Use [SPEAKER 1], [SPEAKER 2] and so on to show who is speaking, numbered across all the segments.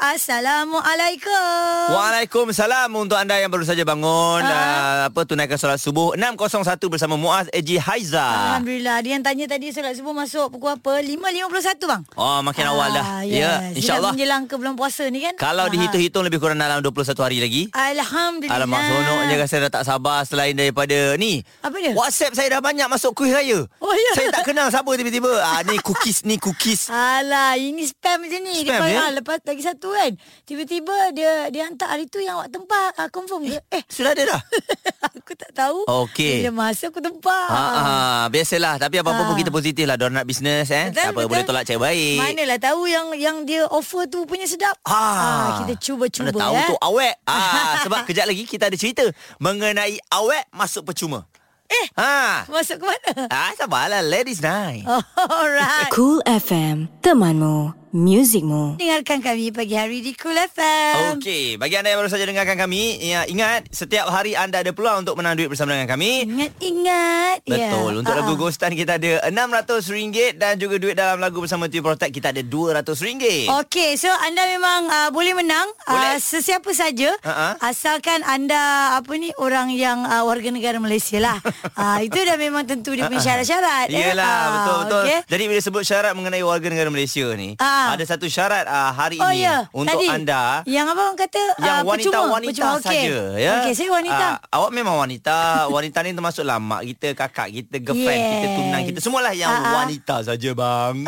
[SPEAKER 1] Assalamualaikum. Ah.
[SPEAKER 2] Waalaikumsalam untuk anda yang baru saja bangun uh, apa tunaikan solat subuh 6.01 bersama Muaz Eji
[SPEAKER 1] Ah.
[SPEAKER 2] Haiza.
[SPEAKER 1] Alhamdulillah. Dia yang tanya tadi solat subuh masuk pukul apa? 5.51 bang.
[SPEAKER 2] Oh makin awal dah. Ya,
[SPEAKER 1] Ah, yes.
[SPEAKER 2] insyaallah.
[SPEAKER 1] Dia nak menjelang ke bulan puasa ni kan?
[SPEAKER 2] Kalau
[SPEAKER 1] Ah.
[SPEAKER 2] dihitung-hitung lebih kurang dalam 21 hari lagi.
[SPEAKER 1] Alhamdulillah.
[SPEAKER 2] Alamak seronoknya rasa dah tak sabar selain daripada ni.
[SPEAKER 1] Apa dia?
[SPEAKER 2] WhatsApp saya dah banyak masuk kuih raya.
[SPEAKER 1] Oh, ya?
[SPEAKER 2] Saya tak kenal siapa tiba-tiba. Ah ni cookies ni cookies.
[SPEAKER 1] Alah, ini spam macam ni.
[SPEAKER 2] Spam,
[SPEAKER 1] lepas,
[SPEAKER 2] ya?
[SPEAKER 1] ah, lepas lagi satu kan. Tiba-tiba dia dia hantar hari tu yang awak tempah. Ah, confirm ke? Eh,
[SPEAKER 2] Sudah ada dah.
[SPEAKER 1] aku tak tahu.
[SPEAKER 2] Okey.
[SPEAKER 1] Bila masa aku tempah.
[SPEAKER 2] Ha ah, biasalah tapi apa-apa pun
[SPEAKER 1] Ah.
[SPEAKER 2] kita positif lah. Diorang nak bisnes eh.
[SPEAKER 1] Betul,
[SPEAKER 2] tak apa
[SPEAKER 1] betul.
[SPEAKER 2] boleh tolak cek baik.
[SPEAKER 1] Manalah tahu yang yang dia offer tu punya sedap. Ah, kita cuba-cuba
[SPEAKER 2] Mana tahu
[SPEAKER 1] eh.
[SPEAKER 2] tu awet. Ah, sebab kejap lagi kita ada cerita mengenai awet masuk percuma.
[SPEAKER 1] Eh.
[SPEAKER 2] Ha.
[SPEAKER 1] Masuk ke mana?
[SPEAKER 2] Ah, sabarlah ladies night.
[SPEAKER 1] Alright.
[SPEAKER 3] Cool FM, temanmu, muzikmu.
[SPEAKER 1] Dengarkan kami pagi hari di Cool FM.
[SPEAKER 2] Okey, bagi anda yang baru saja dengarkan kami, ya, ingat setiap hari anda ada peluang untuk menang duit bersama dengan kami.
[SPEAKER 1] Ingat-ingat.
[SPEAKER 2] Betul. Untuk
[SPEAKER 1] Ah,
[SPEAKER 2] lagu Ghostan kita ada RM600 dan juga duit dalam lagu bersama Tui Protect kita ada RM200.
[SPEAKER 1] Okey, so anda memang uh, boleh menang
[SPEAKER 2] Eh. Boleh. Uh-huh.
[SPEAKER 1] Uh, sesiapa saja
[SPEAKER 2] Ha-ha.
[SPEAKER 1] asalkan anda apa ni orang yang uh, warga negara Malaysia lah. uh, itu dah memang tentu dia punya syarat-syarat.
[SPEAKER 2] Ah, Uh-uh. Yelah
[SPEAKER 1] Ah,
[SPEAKER 2] betul betul.
[SPEAKER 1] okey.
[SPEAKER 2] Jadi bila sebut syarat mengenai warga negara Malaysia ni,
[SPEAKER 1] Ah.
[SPEAKER 2] ada satu syarat ah, hari
[SPEAKER 1] Oh
[SPEAKER 2] ini
[SPEAKER 1] ya,
[SPEAKER 2] untuk
[SPEAKER 1] tadi
[SPEAKER 2] anda
[SPEAKER 1] Yang apa orang kata
[SPEAKER 2] yang
[SPEAKER 1] ah,
[SPEAKER 2] wanita-wanita
[SPEAKER 1] percuma, percuma. Okey.
[SPEAKER 2] saja ya.
[SPEAKER 1] Okey, saya wanita.
[SPEAKER 2] Ah, awak memang wanita. wanita ni termasuk lamak kita, kakak kita, girlfriend kita,
[SPEAKER 1] Yes.
[SPEAKER 2] tunang kita. Semualah yang
[SPEAKER 1] Ah, ah.
[SPEAKER 2] wanita saja bang.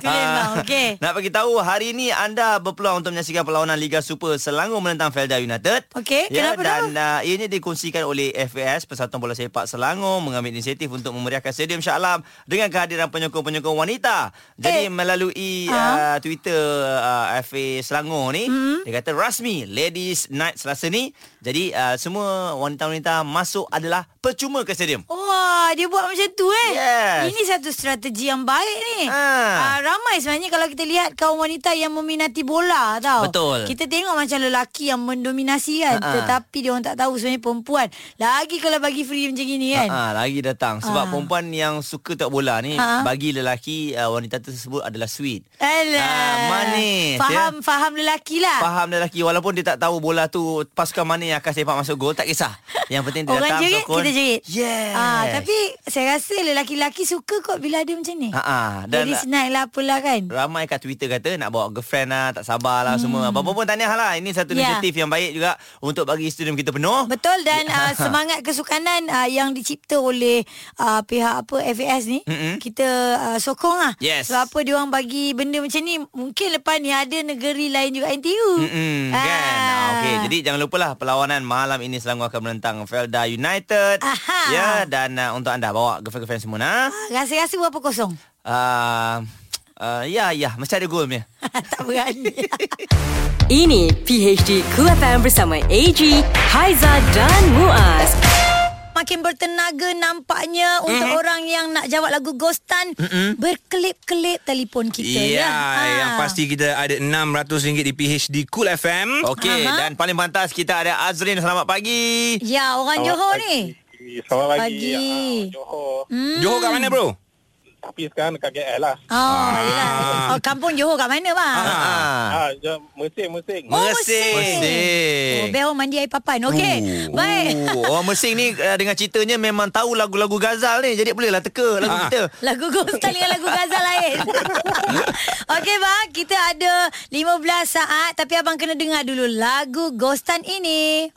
[SPEAKER 1] Tu memang,
[SPEAKER 2] Ah,
[SPEAKER 1] okey.
[SPEAKER 2] Nak bagi tahu hari ni anda berpeluang untuk menyaksikan perlawanan Liga Super Selangor menentang Felda United.
[SPEAKER 1] Okey, kenapa
[SPEAKER 2] dan uh, ianya dikongsikan oleh FAS Persatuan Bola Sepak Selangor mengambil inisiatif untuk memeriahkan Stadium Shah Alam dengan kehadiran penyokong-penyokong wanita. Jadi
[SPEAKER 1] Eh.
[SPEAKER 2] melalui uh, Twitter uh, FA Selangor ni
[SPEAKER 1] Hmm.
[SPEAKER 2] dia kata rasmi Ladies Night Selasa ni. Jadi uh, semua wanita-wanita masuk adalah percuma ke stadium.
[SPEAKER 1] Oh, Wah, dia buat macam tu eh.
[SPEAKER 2] Yes.
[SPEAKER 1] Ini satu strategi yang baik ni.
[SPEAKER 2] Ah.
[SPEAKER 1] Ah, ramai sebenarnya kalau kita lihat kaum wanita yang meminati bola tau.
[SPEAKER 2] Betul.
[SPEAKER 1] Kita tengok macam lelaki yang mendominasi kan.
[SPEAKER 2] Ha-ha.
[SPEAKER 1] Tetapi dia orang tak tahu sebenarnya perempuan. Lagi kalau bagi free macam gini kan.
[SPEAKER 2] Ha, lagi datang sebab
[SPEAKER 1] Ah.
[SPEAKER 2] perempuan yang suka tengok bola ni
[SPEAKER 1] Ah.
[SPEAKER 2] bagi lelaki uh, wanita tersebut adalah sweet.
[SPEAKER 1] Alah.
[SPEAKER 2] Ah, manis,
[SPEAKER 1] Faham, faham lelaki lah.
[SPEAKER 2] Faham lelaki walaupun dia tak tahu bola tu pasukan mana yang akan sepak masuk gol tak kisah. Yang penting dia
[SPEAKER 1] Orang
[SPEAKER 2] datang
[SPEAKER 1] jerit,
[SPEAKER 2] sokong.
[SPEAKER 1] kita jerit.
[SPEAKER 2] Yes.
[SPEAKER 1] Ah, tapi saya rasa lelaki-lelaki suka kot bila ada macam ni.
[SPEAKER 2] Ha, ah, dan
[SPEAKER 1] Jadi snack lah apalah kan.
[SPEAKER 2] ramai kat Twitter kata nak bawa girlfriend lah, tak sabar lah hmm. semua. Apa-apa pun tahniah lah. Ini satu
[SPEAKER 1] Ya.
[SPEAKER 2] inisiatif yang baik juga untuk bagi stadium kita penuh.
[SPEAKER 1] Betul dan
[SPEAKER 2] Ya.
[SPEAKER 1] uh, semangat kesukanan uh, yang dicipta oleh uh, pihak apa FAS ni
[SPEAKER 2] Mm-mm.
[SPEAKER 1] kita uh, sokong lah.
[SPEAKER 2] Yes.
[SPEAKER 1] Sebab apa dia orang bagi benda macam ni mungkin lepas ni ada negeri lain juga NTU.
[SPEAKER 2] Mm-mm, kan ah, Okey Jadi jangan lupa lah Perlawanan malam ini Selangor akan menentang Felda United
[SPEAKER 1] Aha. Ah,
[SPEAKER 2] Ya Dan uh, untuk anda Bawa girlfriend-girlfriend semua nah.
[SPEAKER 1] rasa-rasa berapa kosong?
[SPEAKER 2] uh, uh, Ya ya Mesti ada gol punya
[SPEAKER 1] tak berani.
[SPEAKER 3] Ini PHD Cool FM bersama AG, Haiza dan Muaz.
[SPEAKER 1] Makin bertenaga nampaknya untuk orang yang nak jawab lagu Ghostan berkelip-kelip telefon kita
[SPEAKER 4] Ya,
[SPEAKER 1] ya. Ah.
[SPEAKER 4] yang pasti kita ada RM600 di PHD Cool FM.
[SPEAKER 2] Okey
[SPEAKER 1] Aha.
[SPEAKER 2] Dan paling pantas Kita ada Azrin Selamat pagi
[SPEAKER 1] Ya, orang Johor ni.
[SPEAKER 5] ni. Selamat pagi.
[SPEAKER 1] Pagi.
[SPEAKER 5] Ah, orang Johor.
[SPEAKER 4] Hmm. Johor kat mana bro?
[SPEAKER 5] Tapi sekarang dekat KL lah.
[SPEAKER 1] Oh, yelah. Oh, kampung Johor kat mana bang?
[SPEAKER 2] ah.
[SPEAKER 5] Ah, ah mesing-mesing.
[SPEAKER 1] Oh,
[SPEAKER 2] Mersing
[SPEAKER 1] Mersing. Oh,
[SPEAKER 2] Mersing
[SPEAKER 1] Bel mandi air papan. Okey. Baik.
[SPEAKER 2] Oh, orang Mersing ni uh, dengan ceritanya memang tahu lagu-lagu Ghazal ni. Jadi bolehlah teka
[SPEAKER 4] Ah.
[SPEAKER 2] lagu kita.
[SPEAKER 1] Ah. Lagu Ghostan dengan lagu Ghazal lain Okey bang Kita ada 15 saat Tapi abang kena dengar dulu Lagu Ghostan ini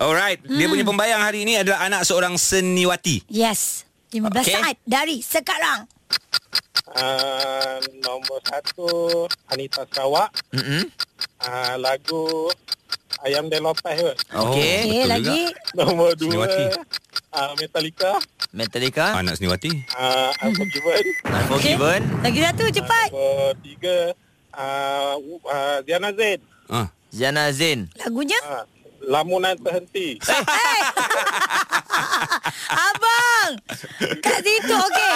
[SPEAKER 4] Alright, dia punya pembayang hari ini adalah anak seorang seniwati.
[SPEAKER 1] Yes 15
[SPEAKER 4] Okey.
[SPEAKER 1] saat Dari sekarang
[SPEAKER 5] Ah, nombor satu, Anita Sarawak.
[SPEAKER 2] Mm-mm.
[SPEAKER 5] Ah, lagu Ayam Dan Lopas kot.
[SPEAKER 2] Okey.
[SPEAKER 4] Oh,
[SPEAKER 1] Okey
[SPEAKER 4] betul
[SPEAKER 1] lagi
[SPEAKER 5] Nombor dua,
[SPEAKER 4] Seniwati.
[SPEAKER 5] ah, Metallica.
[SPEAKER 2] Metallica,
[SPEAKER 4] Anak seniwati.
[SPEAKER 5] Ah, Unforgiven. Ah,
[SPEAKER 2] Unforgiven.
[SPEAKER 1] Lagi satu cepat
[SPEAKER 5] Nombor tiga, ah, Wu- ah, Ziana Zain.
[SPEAKER 4] Ah.
[SPEAKER 2] Ziana Zain.
[SPEAKER 1] Lagunya
[SPEAKER 5] Ah, Lamunan Terhenti.
[SPEAKER 1] Abang bang. Kat situ okey.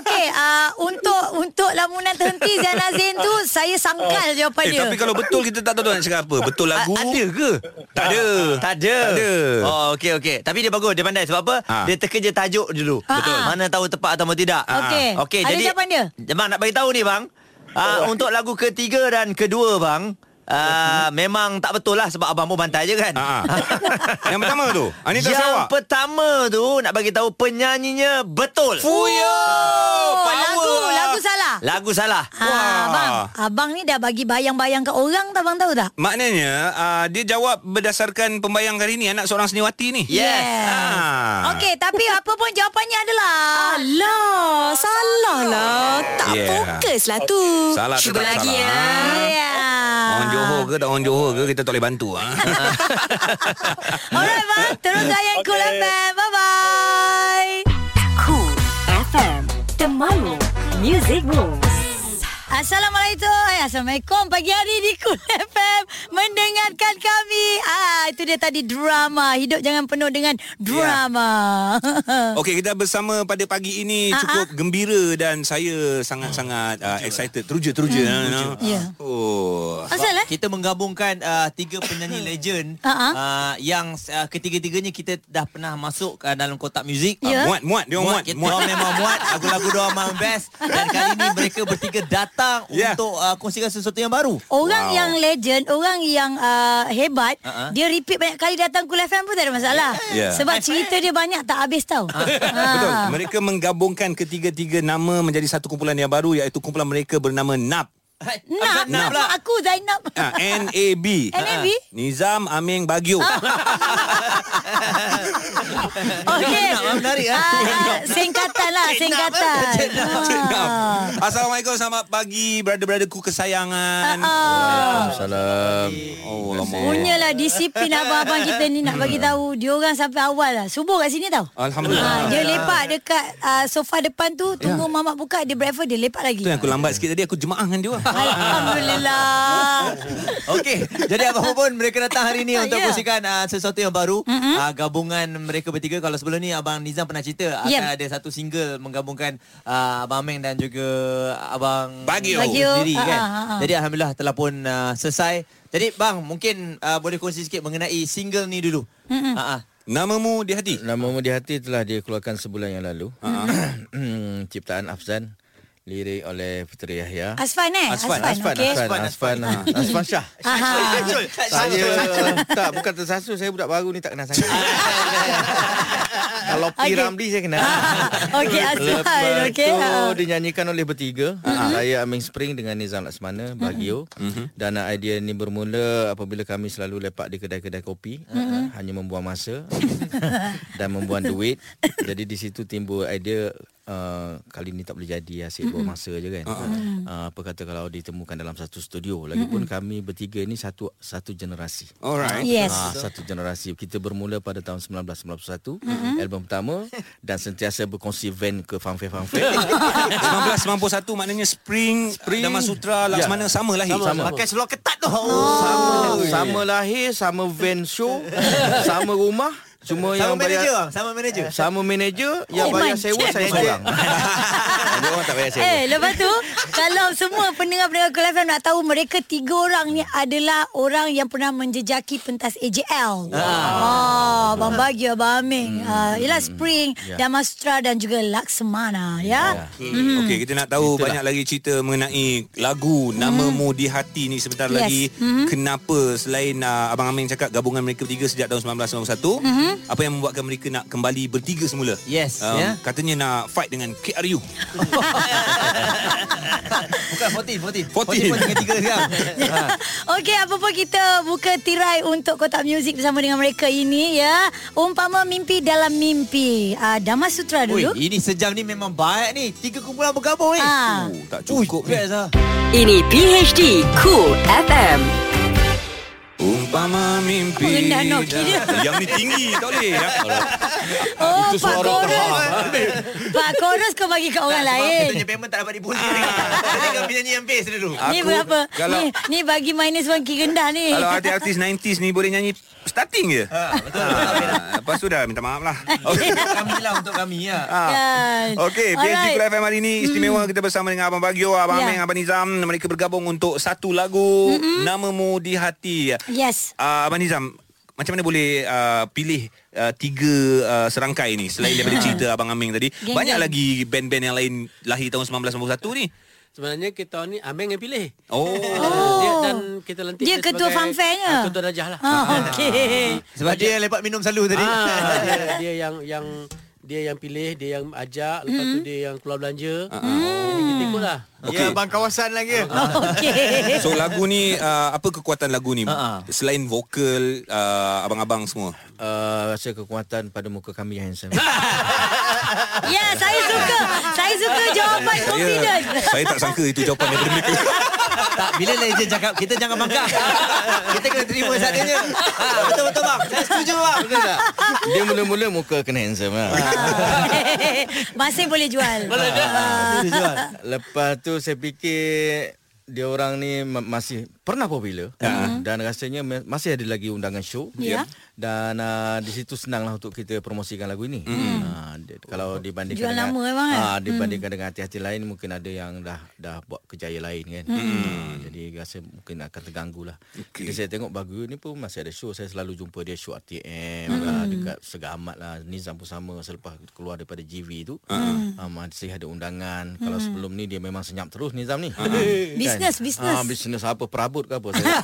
[SPEAKER 1] Okey, uh, untuk untuk lamunan terhenti Ziana Zain tu saya
[SPEAKER 2] Oh.
[SPEAKER 1] sangkal jawapan
[SPEAKER 4] Eh,
[SPEAKER 1] dia.
[SPEAKER 4] tapi kalau betul kita tak tahu tu nak cakap apa. Betul lagu.
[SPEAKER 2] A- ada ke?
[SPEAKER 4] Tak ada.
[SPEAKER 2] Tak ada.
[SPEAKER 4] Tak ada.
[SPEAKER 2] Oh, okey okey. Tapi dia bagus, dia pandai sebab apa?
[SPEAKER 4] Ha.
[SPEAKER 2] Dia terkeja tajuk dulu.
[SPEAKER 1] Betul.
[SPEAKER 2] Mana tahu tepat atau tidak.
[SPEAKER 4] Ah.
[SPEAKER 1] Okey.
[SPEAKER 2] Ha. Okey,
[SPEAKER 1] Ada
[SPEAKER 2] jadi
[SPEAKER 1] jawapan dia?
[SPEAKER 2] Bang nak bagi tahu ni bang.
[SPEAKER 4] Oh.
[SPEAKER 2] Uh, untuk lagu ketiga dan kedua bang, uh, memang tak betul lah sebab abang pun bantai je kan.
[SPEAKER 4] Hmm. Ah, ah. Yang pertama tu. Ah, Anita
[SPEAKER 2] Yang
[SPEAKER 4] Sarawak.
[SPEAKER 2] pertama tu nak bagi tahu penyanyinya betul.
[SPEAKER 4] Fuyo.
[SPEAKER 1] Oh, lagu,
[SPEAKER 4] power.
[SPEAKER 1] lagu salah.
[SPEAKER 2] Lagu salah.
[SPEAKER 1] Ha, abang, abang ni dah bagi bayang-bayang ke orang tak abang tahu tak?
[SPEAKER 4] Maknanya uh, dia jawab berdasarkan pembayang hari ni anak seorang seniwati ni.
[SPEAKER 2] Yes.
[SPEAKER 4] Ah.
[SPEAKER 1] Okey, tapi apa pun jawapannya adalah
[SPEAKER 3] Alah, salah lah. Tak
[SPEAKER 4] Yeah.
[SPEAKER 3] yeah. fokus lah tu.
[SPEAKER 4] Salah tu
[SPEAKER 3] Cuba
[SPEAKER 4] tak
[SPEAKER 3] lagi
[SPEAKER 4] salah.
[SPEAKER 3] ya.
[SPEAKER 1] Ya.
[SPEAKER 4] Orang Johor ke tak orang Johor ke kita tak boleh bantu ah.
[SPEAKER 1] Alright bang, terus layan Cool
[SPEAKER 5] Okey.
[SPEAKER 1] FM. Bye-bye.
[SPEAKER 3] Cool FM, The Malu, Music Rules.
[SPEAKER 1] Assalamualaikum Eh, Assalamualaikum Pagi hari di Kul FM Mendengarkan kami ah, Itu dia tadi drama Hidup jangan penuh dengan drama Ah.
[SPEAKER 4] Okey, kita bersama pada pagi ini cukup gembira dan saya sangat-sangat uh, excited. Teruja, teruja. Hmm. No,
[SPEAKER 1] Ya.
[SPEAKER 4] Oh.
[SPEAKER 1] Asal eh?
[SPEAKER 2] Kita menggabungkan uh, tiga penyanyi legend
[SPEAKER 1] Ha, ha.
[SPEAKER 2] uh, yang uh, ketiga-tiganya kita dah pernah masuk uh, dalam kotak muzik.
[SPEAKER 1] Ya.
[SPEAKER 4] Ah, Muat, muat. Dia orang muat.
[SPEAKER 2] Kita
[SPEAKER 4] muat.
[SPEAKER 2] orang memang muat Lagu-lagu dia orang memang best Dan kali ni mereka bertiga datang
[SPEAKER 4] Ya.
[SPEAKER 2] Untuk uh, kongsikan sesuatu yang baru
[SPEAKER 1] Orang
[SPEAKER 4] Wow. Uh-huh.
[SPEAKER 1] yang legend Orang yang uh, hebat
[SPEAKER 2] Ha, ha.
[SPEAKER 1] Dia repeat banyak kali datang Kul FM pun tak ada masalah
[SPEAKER 4] Ya.
[SPEAKER 1] Sebab cerita dia banyak tak habis tau
[SPEAKER 4] Ah. Betul.
[SPEAKER 1] ha.
[SPEAKER 4] Mereka menggabungkan ketiga-tiga nama menjadi satu kumpulan yang baru iaitu kumpulan mereka bernama NAB.
[SPEAKER 2] Nak
[SPEAKER 1] Nak, nak,
[SPEAKER 2] pula.
[SPEAKER 1] aku Zainab
[SPEAKER 4] Ah, NAB.
[SPEAKER 1] NAB?
[SPEAKER 4] Ah, Nizam Aming Bagio.
[SPEAKER 1] Ah. Okey.
[SPEAKER 2] Nak, nak, menarik, ah.
[SPEAKER 1] Ah, Singkatan lah
[SPEAKER 2] Zainab,
[SPEAKER 1] Singkatan
[SPEAKER 2] eh. Zainab,
[SPEAKER 1] Ah.
[SPEAKER 4] Nam. Assalamuaikum selamat pagi brother-brotherku
[SPEAKER 1] Ah,
[SPEAKER 4] kesayangan. Waalaikumsalam. Oh, Allah.
[SPEAKER 1] Punyalah lah disiplin abang-abang kita ni nak bagi tahu dia orang sampai awal lah. Subuh kat sini tau. Ha,
[SPEAKER 4] Alhamdulillah. Ya.
[SPEAKER 1] dia lepak dekat uh, sofa depan tu tunggu yeah. mamak buka dia breakfast dia lepak lagi.
[SPEAKER 4] Tu yang aku lambat sikit tadi aku jemaah dengan dia. Ah.
[SPEAKER 1] Alhamdulillah.
[SPEAKER 2] Ah. Okey, jadi apa pun mereka datang hari ni untuk
[SPEAKER 1] Ya.
[SPEAKER 2] kongsikan uh, sesuatu yang baru. Mm-hmm. Uh, gabungan mereka bertiga kalau sebelum ni abang Nizam pernah cerita
[SPEAKER 1] Ya.
[SPEAKER 2] akan ada satu single menggabungkan uh, abang Meng dan juga abang
[SPEAKER 4] Bagio.
[SPEAKER 1] Bagio.
[SPEAKER 2] sendiri
[SPEAKER 1] Ah,
[SPEAKER 2] kan.
[SPEAKER 1] ah, ah, ah.
[SPEAKER 2] Jadi alhamdulillah telah pun uh, selesai. Jadi bang mungkin uh, boleh kongsi sikit mengenai single ni dulu. Mm-hmm.
[SPEAKER 1] Hmm.
[SPEAKER 2] Uh-huh.
[SPEAKER 4] Ah, Namamu di hati. Ah,
[SPEAKER 6] Namamu di hati telah dia keluarkan sebulan yang lalu. Hmm, Ciptaan Afzan, lirik oleh Puteri Yahya.
[SPEAKER 1] Asfan eh?
[SPEAKER 4] Asfan,
[SPEAKER 6] Asfan,
[SPEAKER 1] okey.
[SPEAKER 6] Asfan, Asfan, ah. Asfan Shah. Saya tak bukan tersasul saya budak baru ni tak kenal sangat. Kalau P
[SPEAKER 1] Okey.
[SPEAKER 6] Ramli saya kenal.
[SPEAKER 1] Okey Asfan,
[SPEAKER 6] Lepas
[SPEAKER 1] okey.
[SPEAKER 6] tu
[SPEAKER 1] Ha. Mhm.
[SPEAKER 6] dinyanyikan oleh bertiga Ah, Saya Aming Spring dengan Nizam Laksmana Bagio Dan uh, idea ni bermula apabila kami selalu lepak di kedai-kedai kopi
[SPEAKER 1] Mhm.
[SPEAKER 6] Ah, Hanya membuang masa Dan membuang duit Jadi di situ timbul idea Uh, kali ni tak boleh jadi
[SPEAKER 1] Mhm.
[SPEAKER 6] asyik buang masa je kan
[SPEAKER 1] Hmm.
[SPEAKER 6] uh, apa kata kalau ditemukan dalam satu studio lagipun kami bertiga ni satu satu generasi
[SPEAKER 4] Alright.
[SPEAKER 1] Yes.
[SPEAKER 6] Ah, satu generasi. Kita bermula pada tahun 1991, mm-hmm. album pertama dan sentiasa berkongsi van ke fanfare-fanfare.
[SPEAKER 4] 1991 maknanya Spring, Spring. Dhamma Sutra Laksmana sama lahir.
[SPEAKER 2] Sama. Pakai seluar ketat tu.
[SPEAKER 6] Ya. sama sama lahir, sama van show, sama rumah, cuma
[SPEAKER 2] Sama
[SPEAKER 6] yang
[SPEAKER 2] manager
[SPEAKER 6] bayar
[SPEAKER 2] bang, sama manager.
[SPEAKER 6] sama manager yang
[SPEAKER 1] Oh,
[SPEAKER 6] bayar
[SPEAKER 1] my
[SPEAKER 6] sewa
[SPEAKER 1] God.
[SPEAKER 6] saya seorang. Dia orang tak bayar sewa.
[SPEAKER 1] Eh, lepas tu kalau semua pendengar-pendengar Kul FM nak tahu mereka tiga orang ni adalah orang yang pernah menjejaki pentas AJL. Ah, Abang Bagio, Abang
[SPEAKER 2] Hmm.
[SPEAKER 1] Aming, ah, Yelah Spring,
[SPEAKER 2] Ya.
[SPEAKER 1] yeah. Damastra dan juga Laksamana, ya.
[SPEAKER 4] Okey, okay, kita nak tahu banyak lagi cerita mengenai lagu Namamu di Hati ni sebentar
[SPEAKER 1] Yes.
[SPEAKER 4] lagi. Kenapa selain uh, Abang Amin cakap gabungan mereka bertiga sejak tahun 1991,
[SPEAKER 1] Mm-hmm.
[SPEAKER 4] apa yang membuatkan mereka nak kembali bertiga semula? Um,
[SPEAKER 2] Yes, ya.
[SPEAKER 4] Katanya nak fight dengan KRU.
[SPEAKER 2] Bukan 14, 14.
[SPEAKER 4] 14.
[SPEAKER 2] 14 tiga sekarang. Ha.
[SPEAKER 1] Okey, apa pun kita buka tirai untuk kotak muzik bersama dengan mereka ini ya. Umpama mimpi dalam mimpi. Ah, Damasutra
[SPEAKER 2] Ui,
[SPEAKER 1] dulu.
[SPEAKER 2] ini sejam ni memang baik ni. Tiga kumpulan bergabung ni.
[SPEAKER 1] Ah.
[SPEAKER 4] Oh, tak cukup ni.
[SPEAKER 2] best lah.
[SPEAKER 3] Ini PHD Cool FM.
[SPEAKER 4] Umpama Umpama mimpi
[SPEAKER 3] Oh,
[SPEAKER 1] Rendah Nokia dia.
[SPEAKER 4] Yang ni tinggi tak boleh ya?
[SPEAKER 1] Oh,
[SPEAKER 4] Itu
[SPEAKER 1] Pak
[SPEAKER 4] suara
[SPEAKER 1] Chorus.
[SPEAKER 4] terfaham.
[SPEAKER 1] Pak Chorus kau bagi kat orang lain.
[SPEAKER 2] Kita punya payment tak dapat dibuli Kita penyanyi yang bass dulu
[SPEAKER 1] Ni
[SPEAKER 4] Aku-
[SPEAKER 1] berapa?
[SPEAKER 4] kalau-
[SPEAKER 1] Ni ni bagi minus 1 kira rendah ni.
[SPEAKER 4] Kalau artis-artis 90s ni boleh nyanyi starting je. Ha, betul. lepas tu dah minta maaf lah.
[SPEAKER 2] Kami lah untuk kami ya.
[SPEAKER 4] Ah.
[SPEAKER 1] Kan.
[SPEAKER 4] Okey, PSG Kul FM hari ini istimewa kita bersama dengan Abang Bagio, Abang
[SPEAKER 1] Hmm. Ya.
[SPEAKER 4] Aming, Abang Nizam. Mereka bergabung untuk satu lagu Namamu di Hati.
[SPEAKER 1] Yes.
[SPEAKER 4] Uh, Abang Nizam, macam mana boleh uh, pilih uh, tiga uh, serangkai ni selain daripada cerita Abang Aming tadi?
[SPEAKER 1] Geng-geng.
[SPEAKER 4] Banyak lagi band-band yang lain lahir tahun 1991 ni.
[SPEAKER 7] Sebenarnya kita ni Ameng yang pilih. Oh.
[SPEAKER 4] Oh.
[SPEAKER 7] Dia, dan kita lantik
[SPEAKER 1] Dia ketua
[SPEAKER 7] sebagai,
[SPEAKER 1] fanfare-nya.
[SPEAKER 7] ah, Ketua darjah lah.
[SPEAKER 1] Oh, okey.
[SPEAKER 2] Sebab dia yang lepak minum selalu tadi.
[SPEAKER 7] Ah, dia, dia yang yang dia yang pilih, dia yang ajak, lepas tu
[SPEAKER 1] Hmm.
[SPEAKER 7] dia yang keluar belanja.
[SPEAKER 1] Ah,
[SPEAKER 7] Jadi kita ikut lah.
[SPEAKER 4] Okey.
[SPEAKER 8] Ya, abang kawasan lagi.
[SPEAKER 1] Okey.
[SPEAKER 4] So lagu ni uh, apa kekuatan lagu ni?
[SPEAKER 2] Ha, ha.
[SPEAKER 4] Selain vokal uh, abang-abang semua.
[SPEAKER 6] Uh, rasa kekuatan pada muka kami yang handsome.
[SPEAKER 1] Ya, saya suka. Saya suka
[SPEAKER 4] Ya.
[SPEAKER 1] jawapan confident.
[SPEAKER 4] saya tak sangka itu jawapan daripada mereka.
[SPEAKER 2] tak, bila legend cakap, kita jangan bangkang. kita kena terima seadanya. Ha, betul-betul bang. Saya setuju bang.
[SPEAKER 6] Betul tak? Dia mula-mula muka kena handsome lah.
[SPEAKER 1] Masih boleh jual.
[SPEAKER 7] Boleh jual.
[SPEAKER 1] Ah.
[SPEAKER 6] Lepas tu saya fikir dia orang ni ma- masih pernah popular uh-huh. dan rasanya me- masih ada lagi undangan show
[SPEAKER 1] Ya.
[SPEAKER 6] dan uh, di situ senanglah untuk kita promosikan lagu ini. Mm. Uh, di, kalau dibandingkan
[SPEAKER 1] Jual
[SPEAKER 6] dengan
[SPEAKER 1] nama memang, kan?
[SPEAKER 6] ah, dibandingkan dengan hati-hati lain mungkin ada yang dah dah buat kejayaan lain kan. Mm. jadi rasa mungkin akan terganggu lah. Okay. Jadi saya tengok Bagu ni pun masih ada show saya selalu jumpa dia show RTM mm. lah, dekat Segamat lah Nizam pun sama selepas keluar daripada GV tu. Mm. Uh, masih ada undangan. Kalau sebelum ni dia memang senyap terus Nizam ni. Kan?
[SPEAKER 1] Business, business.
[SPEAKER 6] Ah, bisnes apa perabot ke apa saya.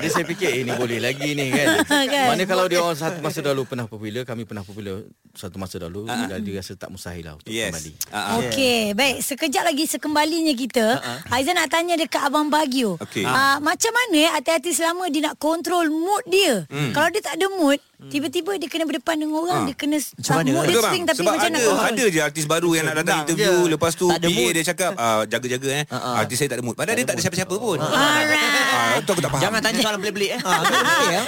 [SPEAKER 6] Jadi saya fikir eh, ni boleh lagi ni kan.
[SPEAKER 1] Kan?
[SPEAKER 6] Mana kalau dia orang satu masa dahulu pernah popular, kami pernah popular satu masa dahulu uh-huh. dan dia rasa tak mustahil lah untuk yes. kembali.
[SPEAKER 4] Ah, ah.
[SPEAKER 1] Okey, baik. Sekejap lagi sekembalinya kita, uh-huh. Aizan nak tanya dekat Abang Bagio.
[SPEAKER 4] Okey.
[SPEAKER 1] Ah, macam mana eh hati-hati selama dia nak kontrol mood dia.
[SPEAKER 4] Hmm.
[SPEAKER 1] Kalau dia tak ada mood, tiba-tiba dia kena berdepan dengan orang, dia kena ah, mood dia
[SPEAKER 4] Betul bang
[SPEAKER 1] swing tapi
[SPEAKER 4] Sebab
[SPEAKER 1] macam
[SPEAKER 4] ada
[SPEAKER 1] nak kontrol.
[SPEAKER 4] Ada je artis baru Yang nak datang
[SPEAKER 8] Senang
[SPEAKER 4] interview
[SPEAKER 8] je.
[SPEAKER 4] Lepas tu
[SPEAKER 2] Tak ada
[SPEAKER 4] PA
[SPEAKER 2] mood.
[SPEAKER 4] dia cakap ah, Jaga-jaga eh Artis saya tak ada mood Padahal dia tak ada siapa-siapa pun Ah, Itu aku tak faham Ah, ya.
[SPEAKER 2] Jangan tanya soalan pelik-pelik eh. Ha, pelik-pelik eh.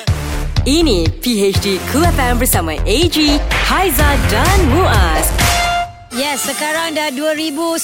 [SPEAKER 3] Ini PHD Cool FM bersama AG, Haiza dan Muaz.
[SPEAKER 1] Yes, Ya, sekarang dah 2019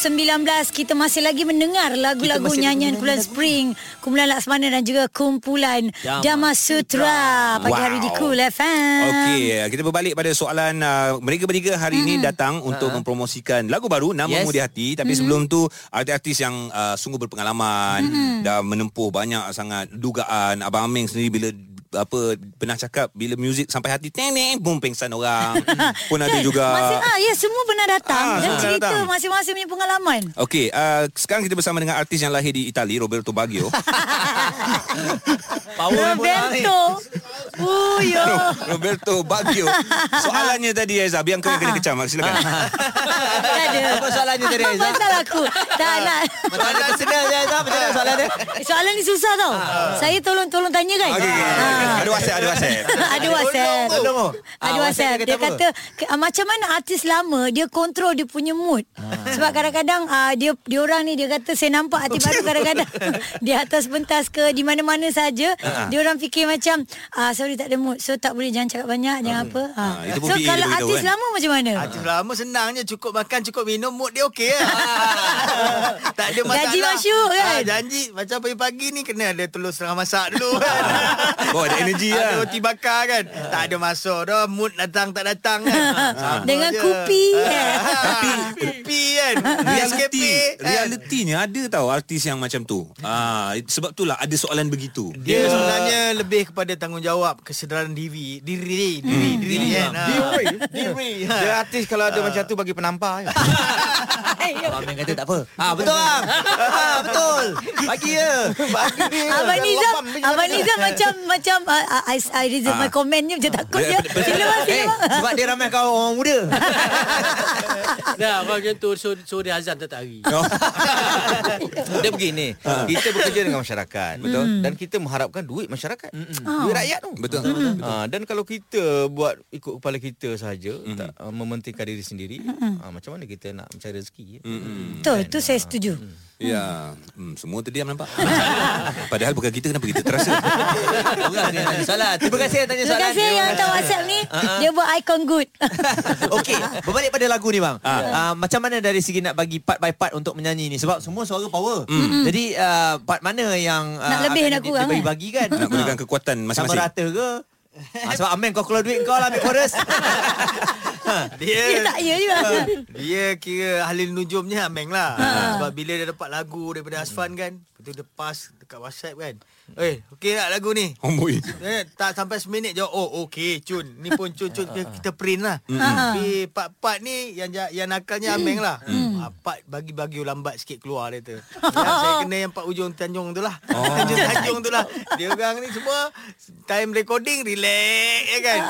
[SPEAKER 1] kita masih lagi mendengar lagu-lagu nyanyian Kumpulan Spring, Kumpulan Laksmana dan juga Kumpulan Dama Sutra pagi
[SPEAKER 4] Wow.
[SPEAKER 1] hari di Cool FM.
[SPEAKER 4] Okey, kita berbalik pada soalan uh, mereka bertiga hari ini datang untuk mempromosikan lagu baru Namamu
[SPEAKER 2] Yes.
[SPEAKER 4] di Hati tapi sebelum tu artis-artis yang uh, sungguh berpengalaman
[SPEAKER 9] Mm-hmm.
[SPEAKER 1] Hmm.
[SPEAKER 4] dah menempuh banyak sangat dugaan Abang Aming sendiri bila apa pernah cakap bila muzik sampai hati teneng boom pingsan orang pun ada
[SPEAKER 1] Kan?
[SPEAKER 4] juga
[SPEAKER 1] Masih, ah, ya, semua pernah datang
[SPEAKER 4] Ah,
[SPEAKER 1] dan
[SPEAKER 4] semua
[SPEAKER 1] cerita
[SPEAKER 4] datang.
[SPEAKER 1] masing-masing punya pengalaman.
[SPEAKER 4] Okey, uh, sekarang kita bersama dengan artis yang lahir di Itali, Roberto Baggio.
[SPEAKER 2] Power pula ni.
[SPEAKER 1] Roberto. Oh, ya.
[SPEAKER 4] Roberto Baggio. Soalannya tadi Aizah, biar kau yang kena kecam. ah, Silakan.
[SPEAKER 1] Tak ada.
[SPEAKER 2] Apa soalannya tadi
[SPEAKER 1] Apa
[SPEAKER 2] Aizah?
[SPEAKER 1] pasal aku? Tak nak.
[SPEAKER 2] Macam mana senang je Aizah? Macam mana soalan dia?
[SPEAKER 1] Soalan ni susah tau. Saya tolong-tolong tanya kan.
[SPEAKER 4] Ah. Okey, okey.
[SPEAKER 1] Ah.
[SPEAKER 4] Ada WhatsApp, ada WhatsApp.
[SPEAKER 1] ada WhatsApp.
[SPEAKER 2] Tolong tu.
[SPEAKER 1] Ada
[SPEAKER 2] Ah,
[SPEAKER 1] WhatsApp. Dia
[SPEAKER 2] apa?
[SPEAKER 1] kata ke- ah, macam mana artis lama dia kontrol dia punya mood. Sebab kadang-kadang ah, dia dia orang ni dia kata saya nampak artis baru kadang-kadang di atas pentas ke di mana-mana saja dia orang fikir macam ah sorry tak ada mood. So tak boleh jangan cakap banyak jangan apa. Ah.
[SPEAKER 4] Ah, itu pun
[SPEAKER 1] so
[SPEAKER 4] PA dia
[SPEAKER 1] kalau
[SPEAKER 4] beritahu,
[SPEAKER 1] artis
[SPEAKER 4] kan?
[SPEAKER 1] lama macam mana?
[SPEAKER 8] Artis lama senangnya cukup makan cukup minum mood dia okey lah. tak ada masalah.
[SPEAKER 1] Gaji masuk, kan?
[SPEAKER 8] Ah, janji macam pagi-pagi ni kena ada telur setengah masak dulu kan.
[SPEAKER 1] Ah,
[SPEAKER 4] Oh, ada energi
[SPEAKER 8] ada
[SPEAKER 4] lah.
[SPEAKER 8] roti bakar kan. tak ada masuk dah mood datang tak datang kan. Sama
[SPEAKER 1] Dengan
[SPEAKER 8] je.
[SPEAKER 1] kupi, eh.
[SPEAKER 8] Kupi kupi kan.
[SPEAKER 4] Realiti
[SPEAKER 8] Nescafe, kan?
[SPEAKER 4] Realitinya ada tau artis yang macam tu ah, Sebab itulah ada soalan begitu Ya.
[SPEAKER 8] Dia sebenarnya lebih kepada tanggungjawab kesedaran diri diri diri
[SPEAKER 1] Hmm.
[SPEAKER 8] diri, diri kan.
[SPEAKER 1] lah.
[SPEAKER 8] Ah. Diri.
[SPEAKER 6] Dia artis kalau
[SPEAKER 4] Ah.
[SPEAKER 6] ada macam tu bagi penampar kan? je.
[SPEAKER 2] Abang Amir kata tak apa. Ha, betul bang. Ha, betul. Bagi je. Bagi dia.
[SPEAKER 1] Abang Nizam
[SPEAKER 2] Lapam dia
[SPEAKER 1] Abang
[SPEAKER 2] jangan-
[SPEAKER 1] Nizam macam Macam ah, ah, I, I reserve my comment ni Macam takut dia Sila bang sila
[SPEAKER 2] Eh,
[SPEAKER 1] bang
[SPEAKER 2] sebab dia ramai kawan orang muda.
[SPEAKER 7] Dah macam tu suruh, suruh dia azan tetap hari.
[SPEAKER 6] Dia begini,
[SPEAKER 4] Ah.
[SPEAKER 6] kita bekerja dengan masyarakat, betul?
[SPEAKER 1] Hmm.
[SPEAKER 6] Dan kita mengharapkan duit masyarakat. Duit rakyat tu.
[SPEAKER 4] Betul.
[SPEAKER 6] Ah, dan kalau kita buat ikut kepala kita sahaja, tak uh, mementingkan diri sendiri, ah, macam mana kita nak mencari rezeki? ya?
[SPEAKER 1] Betul tu saya setuju Mm.
[SPEAKER 4] Ya hmm, Semua terdiam nampak Padahal bukan kita Kenapa kita terasa
[SPEAKER 2] Orang yang tanya soalan. Terima kasih yang tanya
[SPEAKER 1] Terima
[SPEAKER 2] soalan.
[SPEAKER 1] kasih yang hantar WhatsApp ni. Dia buat icon good.
[SPEAKER 2] Okey, berbalik pada lagu ni bang. Uh, macam mana dari segi nak bagi part by part untuk menyanyi ni sebab semua suara power. Jadi uh, part mana yang uh,
[SPEAKER 1] Hmm. Nak lebih,
[SPEAKER 2] akan
[SPEAKER 1] nak
[SPEAKER 2] di-
[SPEAKER 1] kurang, eh?
[SPEAKER 2] dibagi-bagi kan?
[SPEAKER 4] Nak gunakan
[SPEAKER 2] Ha.
[SPEAKER 4] kekuatan
[SPEAKER 2] Sama
[SPEAKER 4] masing-masing
[SPEAKER 2] rata ke? Ha, sebab Amin kau keluar duit kau lah ambil chorus.
[SPEAKER 1] Dia
[SPEAKER 8] Dia Ah,
[SPEAKER 1] tak ya juga. Ha.
[SPEAKER 8] dia kira ahli nujumnya Ameng lah. Sebab bila dia dapat lagu daripada Asfan kan, lepas tu dia pass dekat WhatsApp kan. Eh, okey tak lagu ni?
[SPEAKER 4] Homeboy
[SPEAKER 8] Eh, tak sampai seminit je. Oh, okey, cun. Ni pun cun cun kita, kita print lah.
[SPEAKER 1] Ha,
[SPEAKER 8] Tapi part-part ni yang ja- yang
[SPEAKER 1] Hmm.
[SPEAKER 8] nakalnya Ameng lah. Ah, part bagi-bagi lambat sikit keluar dia tu. Yang saya kena yang part ujung Tanjung tu lah.
[SPEAKER 4] Oh.
[SPEAKER 8] Tanjung Tanjung tu lah. Dia orang ni semua time recording relax ya kan.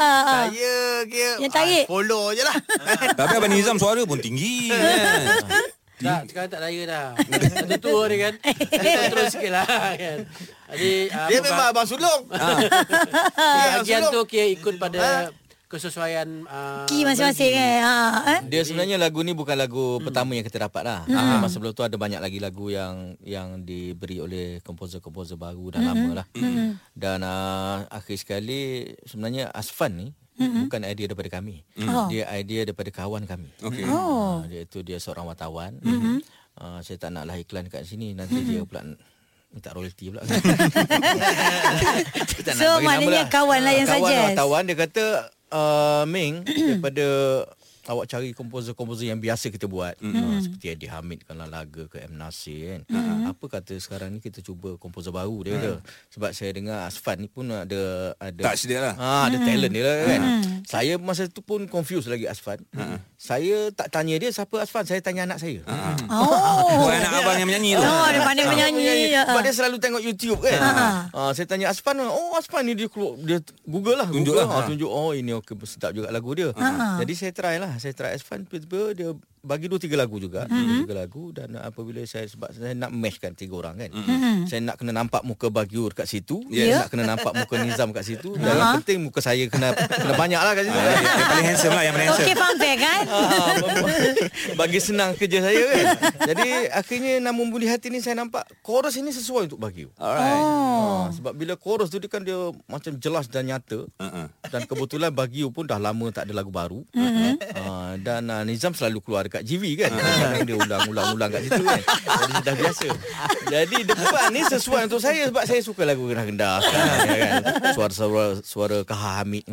[SPEAKER 8] Saya kira
[SPEAKER 1] Ah, Yang tarik.
[SPEAKER 8] ah, follow je lah.
[SPEAKER 4] Tapi Abang Nizam suara pun tinggi kan?
[SPEAKER 7] Tak, sekarang tak raya dah. Dah tua dia kan. Dia terus sikit lah kan. Jadi, ah,
[SPEAKER 8] Dia
[SPEAKER 7] apa
[SPEAKER 8] memang abang sulung.
[SPEAKER 7] Bahagian tu
[SPEAKER 8] Sulung. Ha?
[SPEAKER 7] okay, ikut pada kesesuaian uh,
[SPEAKER 4] Ah.
[SPEAKER 1] Ki masing-masing kan. Ha, eh?
[SPEAKER 6] Dia sebenarnya lagu ni bukan lagu pertama yang kita dapat lah. Hmm. Memang sebelum tu ada banyak lagi lagu yang yang diberi oleh komposer-komposer baru dan lama lah. Hmm. Dan uh, akhir sekali sebenarnya Asfan ni hmm. bukan idea daripada kami. Hmm. Dia idea daripada kawan kami.
[SPEAKER 4] Okey.
[SPEAKER 6] Oh. Uh, dia itu dia seorang wartawan. Hmm. Uh, saya tak naklah iklan kat sini nanti dia pula minta royalty pula. Kita tak nak bagi
[SPEAKER 1] So,
[SPEAKER 6] nama Ah,
[SPEAKER 1] maknanya kawan lah yang
[SPEAKER 6] kawan
[SPEAKER 1] suggest.
[SPEAKER 6] wartawan dia kata uh, Ming daripada awak cari komposer-komposer yang biasa kita buat mm. seperti Adi Hamid kan Laga ke M Nasir kan apa kata sekarang ni kita cuba komposer baru dia kata sebab saya dengar Asfan ni pun ada ada
[SPEAKER 4] Mm. Touch dia lah.
[SPEAKER 6] ha, ada talent dia lah kan
[SPEAKER 1] Hmm.
[SPEAKER 6] saya masa tu pun confused lagi Asfan
[SPEAKER 4] Ha.
[SPEAKER 6] saya tak tanya dia siapa Asfan saya tanya anak saya
[SPEAKER 1] Oh.
[SPEAKER 4] Bukan Ha. anak abang yang menyanyi tu
[SPEAKER 1] Oh, dia pandai
[SPEAKER 6] menyanyi
[SPEAKER 1] menyanyi. Ha.
[SPEAKER 6] Sebab dia selalu tengok YouTube kan ha. Saya tanya Asfan Oh Asfan ni dia keluar Dia Google lah
[SPEAKER 4] Tunjuk
[SPEAKER 6] Google.
[SPEAKER 4] lah.
[SPEAKER 6] ha. Tunjuk Oh ini okay, sedap juga lagu dia ha. Jadi saya try lah Saya try Asfan Tiba-tiba dia bagi dua tiga lagu juga
[SPEAKER 1] Hmm.
[SPEAKER 6] dua, tiga lagu Dan apabila saya Sebab saya nak meshkan tiga orang kan
[SPEAKER 1] Hmm.
[SPEAKER 6] Saya nak kena nampak muka Bagyur kat situ
[SPEAKER 1] Yes.
[SPEAKER 6] Saya nak kena nampak muka Nizam kat situ Dan yang penting muka saya kena Kena banyak lah kat situ
[SPEAKER 4] Ah, Yang paling handsome lah Yang paling handsome
[SPEAKER 1] Okey, faham fair kan?
[SPEAKER 6] bagi senang kerja saya kan. Jadi akhirnya nama Budi Hati ni saya nampak chorus ini sesuai untuk bagi. Alright. Oh. Ha, sebab bila chorus tu dia kan dia macam jelas dan nyata.
[SPEAKER 4] Uh-uh.
[SPEAKER 6] Dan kebetulan Bagiu pun dah lama tak ada lagu baru.
[SPEAKER 1] Mm-hmm.
[SPEAKER 6] Uh-huh. Uh, dan uh, Nizam selalu keluar dekat GV kan.
[SPEAKER 4] Ah,
[SPEAKER 6] Uh-huh. Dia ulang-ulang-ulang kat situ kan. Jadi dah biasa. Jadi depan ni sesuai untuk saya sebab saya suka lagu rendah-rendah kan, kan. Suara-suara suara Kaha Hamid.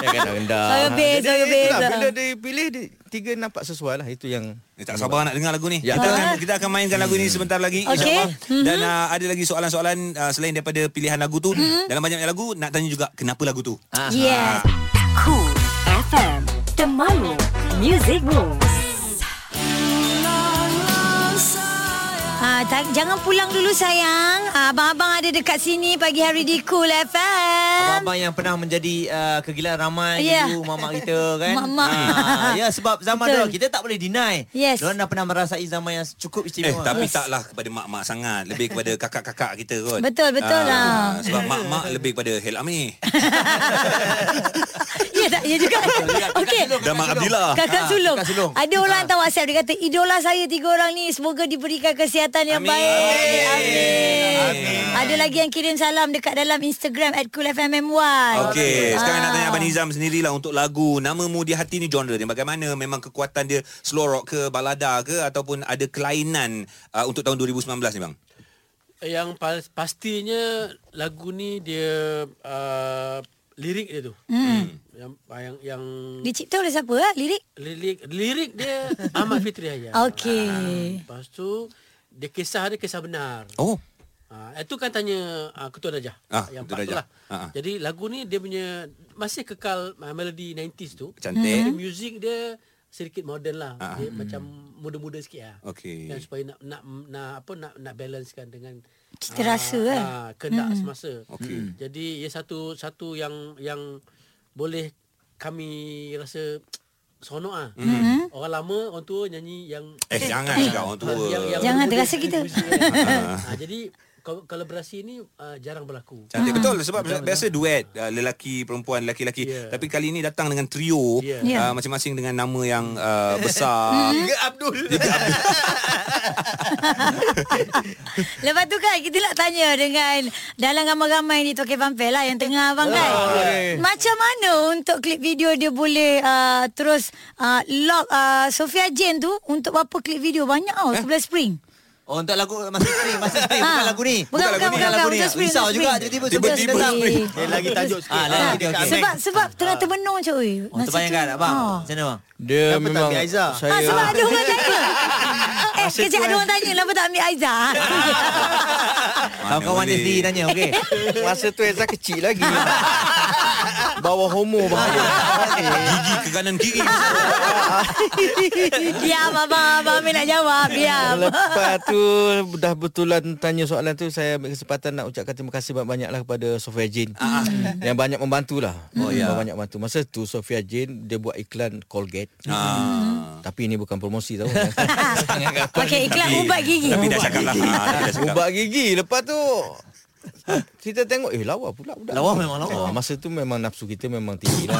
[SPEAKER 6] Yang kan rendah.
[SPEAKER 1] Suara bass,
[SPEAKER 6] Jadi,
[SPEAKER 1] suara bass.
[SPEAKER 6] itulah, Bila dipilih dia, tiga nampak sesuai lah itu yang
[SPEAKER 4] Eh, tak sabar nak dengar lagu ni.
[SPEAKER 6] Ya.
[SPEAKER 4] Kita akan kita akan mainkan lagu ni sebentar lagi
[SPEAKER 1] Hmm. Okey.
[SPEAKER 4] insyaallah. Dan uh, ada lagi soalan-soalan uh, selain daripada pilihan lagu tu, dalam banyak lagu nak tanya juga kenapa lagu tu.
[SPEAKER 1] Hmm.
[SPEAKER 4] Ah.
[SPEAKER 1] Yes.
[SPEAKER 3] Cool FM Temanmu Music Rules
[SPEAKER 1] Ha, tak, jangan pulang dulu sayang. Ah, abang-abang ada dekat sini pagi hari di Cool FM.
[SPEAKER 2] Abang-abang yang pernah menjadi uh, kegilaan ramai
[SPEAKER 1] Ya.
[SPEAKER 2] yeah. dulu mamak kita kan.
[SPEAKER 1] Mamak.
[SPEAKER 2] Ah, ya sebab zaman
[SPEAKER 1] Betul.
[SPEAKER 2] dulu kita tak boleh deny.
[SPEAKER 1] Yes.
[SPEAKER 2] Diorang dah pernah merasai zaman yang
[SPEAKER 4] Eh,
[SPEAKER 2] cukup istimewa.
[SPEAKER 4] tapi taklah kepada mak-mak sangat, lebih kepada kakak-kakak kita kot.
[SPEAKER 1] Betul, betul
[SPEAKER 4] Ah,
[SPEAKER 1] lah.
[SPEAKER 4] Sebab mak-mak lebih kepada Hel Amir
[SPEAKER 1] Ya tak? Ya juga. Okey.
[SPEAKER 4] dan Mak Abdillah.
[SPEAKER 1] Kakak sulung.
[SPEAKER 2] Kakak sulung.
[SPEAKER 1] Ada orang hantar WhatsApp dia kata idola saya tiga orang ni semoga diberikan kesihatan yang
[SPEAKER 4] Amin.
[SPEAKER 1] baik. Amin.
[SPEAKER 4] Amin.
[SPEAKER 1] Ada lagi yang kirim salam dekat dalam Instagram @coolfmmy.
[SPEAKER 4] Okey,
[SPEAKER 1] Ah,
[SPEAKER 4] sekarang nak tanya Abang Nizam sendirilah untuk lagu Nama Mu Di Hati ni genre dia bagaimana? Memang kekuatan dia slow rock ke balada ke ataupun ada kelainan uh, untuk tahun 2019 ni bang?
[SPEAKER 7] Yang pa- pastinya lagu ni dia uh, lirik dia tu. Hmm. Yang yang yang
[SPEAKER 1] mm. Dicipta oleh siapa ah? Lirik?
[SPEAKER 7] lirik lirik dia Ahmad Fitri Haya.
[SPEAKER 1] Okey.
[SPEAKER 7] Lepas tu dia kisah dia kisah benar.
[SPEAKER 4] Oh,
[SPEAKER 7] Ah, itu kan tanya ah, Ketua Rajah
[SPEAKER 4] Ah,
[SPEAKER 7] yang
[SPEAKER 4] Ketua
[SPEAKER 7] part tu
[SPEAKER 4] Rajah.
[SPEAKER 7] lah.
[SPEAKER 4] Ah, ah.
[SPEAKER 7] Jadi lagu ni dia punya masih kekal ah, melody 90s tu.
[SPEAKER 4] Cantik. Ah.
[SPEAKER 7] Tapi
[SPEAKER 4] Hmm.
[SPEAKER 7] music dia sedikit modern lah. Dia macam muda-muda sikit lah.
[SPEAKER 4] Okey.
[SPEAKER 7] Dan supaya nak nak nak apa nak nak balancekan dengan
[SPEAKER 1] Cita
[SPEAKER 7] ah,
[SPEAKER 1] rasa, eh.
[SPEAKER 7] ah, kendak semasa. Mm.
[SPEAKER 4] Okey.
[SPEAKER 7] Jadi ia satu satu yang yang boleh kami rasa seronok ah.
[SPEAKER 1] Hmm.
[SPEAKER 7] Orang lama orang tua nyanyi yang
[SPEAKER 4] Hmm. Eh jangan cakap orang tua.
[SPEAKER 7] yang- yang
[SPEAKER 1] Jangan
[SPEAKER 7] muda-muda
[SPEAKER 1] terasa kita.
[SPEAKER 7] punya puisi, kan? Ah, jadi ko- kolaborasi ni uh, jarang berlaku.
[SPEAKER 1] Ah.
[SPEAKER 4] Cantik betul sebab biasa duet uh, lelaki perempuan lelaki-lelaki
[SPEAKER 7] Yeah.
[SPEAKER 4] tapi kali ini datang dengan trio
[SPEAKER 7] Yeah.
[SPEAKER 1] Yeah.
[SPEAKER 4] uh, masing-masing dengan nama yang uh,
[SPEAKER 9] Hmm?
[SPEAKER 4] besar.
[SPEAKER 8] Tiga
[SPEAKER 1] Mm-hmm.
[SPEAKER 8] Abdul.
[SPEAKER 1] Lepas tu kan kita nak tanya dengan dalam ramai-ramai ni Tokey Vampel lah yang tengah abang kan. Macam mana untuk klip video dia boleh uh, terus uh, lock uh, Sofia Jane tu untuk berapa klip video banyak tau sebelah spring.
[SPEAKER 9] Oh, untuk lagu Masa Spring, Masa Spring.
[SPEAKER 1] Ah.
[SPEAKER 9] Bukan lagu ni.
[SPEAKER 1] Bukan, bukan, bukan,
[SPEAKER 9] lagu
[SPEAKER 1] bukan.
[SPEAKER 9] ni.
[SPEAKER 1] Untuk Spring,
[SPEAKER 9] Risau
[SPEAKER 1] untuk
[SPEAKER 9] juga
[SPEAKER 1] Spring.
[SPEAKER 9] tiba-tiba
[SPEAKER 1] Untuk
[SPEAKER 9] Spring
[SPEAKER 1] Spring.
[SPEAKER 9] datang.
[SPEAKER 1] Spring.
[SPEAKER 2] Eh,
[SPEAKER 8] Dia lagi tajuk sikit.
[SPEAKER 9] Ah, lagi
[SPEAKER 1] Ah,
[SPEAKER 9] dia akan
[SPEAKER 1] sebab sebab tengah termenung macam oi.
[SPEAKER 9] Oh, terbayangkan abang. Macam mana bang?
[SPEAKER 6] Dia
[SPEAKER 8] Kenapa tak
[SPEAKER 6] memang
[SPEAKER 8] ambil Aizah?
[SPEAKER 1] Ah,
[SPEAKER 6] saya
[SPEAKER 1] sebab ada orang tanya. eh, kejap ada orang
[SPEAKER 6] kan-
[SPEAKER 1] tanya kenapa tak ambil Aizah.
[SPEAKER 9] Kawan-kawan dia
[SPEAKER 4] boleh?
[SPEAKER 9] sendiri tanya, okey.
[SPEAKER 6] masa tu Ezra kecil lagi. Bawa homo bahaya.
[SPEAKER 4] Gigi ke kanan kiri.
[SPEAKER 1] Diam abang, abang Amir nak jawab. Diam.
[SPEAKER 6] Lepas tu dah betulan tanya soalan tu saya ambil kesempatan nak ucapkan terima kasih banyak-banyaklah kepada Sofia Jin yang banyak membantulah. Oh ya. Banyak bantu. Masa tu Sofia Jin dia buat iklan Colgate.
[SPEAKER 4] Ah.
[SPEAKER 6] Tapi ini bukan promosi tau.
[SPEAKER 1] Okey, iklan ubat gigi.
[SPEAKER 4] Tapi dah cakap lah. Ah, tapi dah cakap.
[SPEAKER 6] Ubat gigi. Lepas tu kita tengok eh lawa pula budak.
[SPEAKER 9] Lawa memang lawa.
[SPEAKER 6] Ah, masa tu memang nafsu kita memang tinggi lah.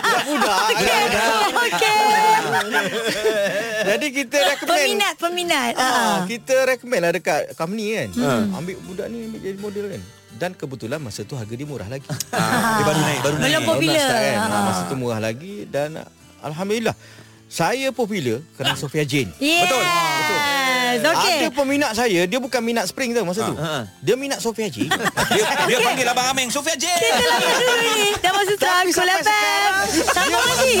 [SPEAKER 6] Budak-budak. ya.
[SPEAKER 1] Okey.
[SPEAKER 6] Jadi kita recommend
[SPEAKER 1] Peminat, peminat. Ah.
[SPEAKER 6] Ah, kita recommend lah dekat company kan. Hmm. Ambil budak ni ambil jadi model kan. Dan kebetulan masa tu harga dia murah lagi.
[SPEAKER 4] Ah, Dia baru naik, baru naik.
[SPEAKER 1] Belum popular.
[SPEAKER 6] Baru nak start kan. Ah, Masa tu murah lagi dan ah, alhamdulillah saya popular
[SPEAKER 1] Ah.
[SPEAKER 6] kerana Sofia Jane.
[SPEAKER 1] Yes. Betul. Okey.
[SPEAKER 6] Ah, Ada peminat saya, dia bukan minat Spring tau masa tu. Dia minat Sofia Jane.
[SPEAKER 4] Dia, dia Ah, panggil Abang Ameng, Sofia J.
[SPEAKER 1] Kita lama dulu ni. Dah masuk time. Kulapan. Sama lagi.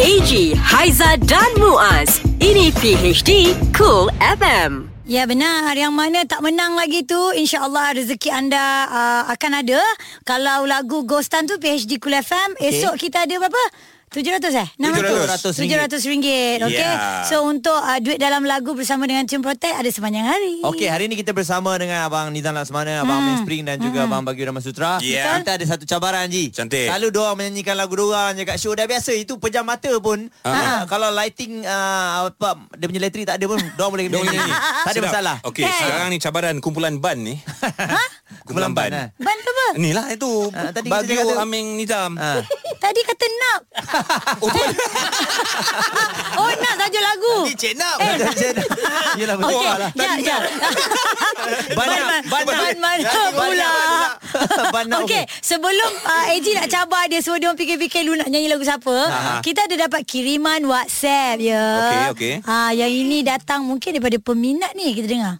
[SPEAKER 3] AG, Haiza dan Muaz. Ini PHD Cool FM.
[SPEAKER 1] Ya benar Yang mana tak menang lagi tu InsyaAllah rezeki anda uh, Akan ada Kalau lagu Ghostan tu PHD Kul FM okay. Esok kita ada berapa? 700 eh?
[SPEAKER 9] 700.
[SPEAKER 1] 700 ringgit Okay
[SPEAKER 4] Ya.
[SPEAKER 1] So untuk uh, duit dalam lagu Bersama dengan Tune Protect Ada sepanjang hari
[SPEAKER 9] Okey, hari ni kita bersama dengan Abang Nizam Laksmana,
[SPEAKER 1] Ah.
[SPEAKER 9] Abang Amin Spring dan juga Abang Bagio Rama Sutra.
[SPEAKER 1] Ya.
[SPEAKER 4] Yeah.
[SPEAKER 9] Kita ada satu cabaran, Ji.
[SPEAKER 4] Cantik.
[SPEAKER 9] Selalu diorang menyanyikan lagu diorang je kat show. Dah biasa, itu pejam mata pun. Uh,
[SPEAKER 4] Ah.
[SPEAKER 9] kalau lighting, uh, apa, dia punya elektrik tak ada pun, diorang boleh
[SPEAKER 4] Dia
[SPEAKER 9] menyanyi. tak ada
[SPEAKER 4] Sedap.
[SPEAKER 9] masalah.
[SPEAKER 4] Okey,
[SPEAKER 1] Kan?
[SPEAKER 4] sekarang ni cabaran kumpulan ban ni. kumpulan ban.
[SPEAKER 9] Ban,
[SPEAKER 1] Ban tu apa?
[SPEAKER 4] Ni lah itu.
[SPEAKER 9] ha? Ah, tadi kita
[SPEAKER 4] Bagio
[SPEAKER 9] cakap tu.
[SPEAKER 4] Ameng Nizam.
[SPEAKER 9] Ha.
[SPEAKER 1] Tadi kata nak Oh nak tajuk lagu
[SPEAKER 8] Ni
[SPEAKER 1] Eh.
[SPEAKER 8] Cik Nap.
[SPEAKER 9] Yelah, betul
[SPEAKER 1] Okey
[SPEAKER 9] lah.
[SPEAKER 1] Jap jap
[SPEAKER 9] Banyak, banyak.
[SPEAKER 1] Ban ban- ban pula
[SPEAKER 9] Banyak.
[SPEAKER 1] Okey Sebelum uh, AG nak cabar dia Suruh dia orang fikir-fikir Lu nak nyanyi lagu siapa Kita ada dapat kiriman WhatsApp ya
[SPEAKER 4] Okey, okey.
[SPEAKER 1] Ah, Yang ini datang mungkin daripada peminat ni Kita dengar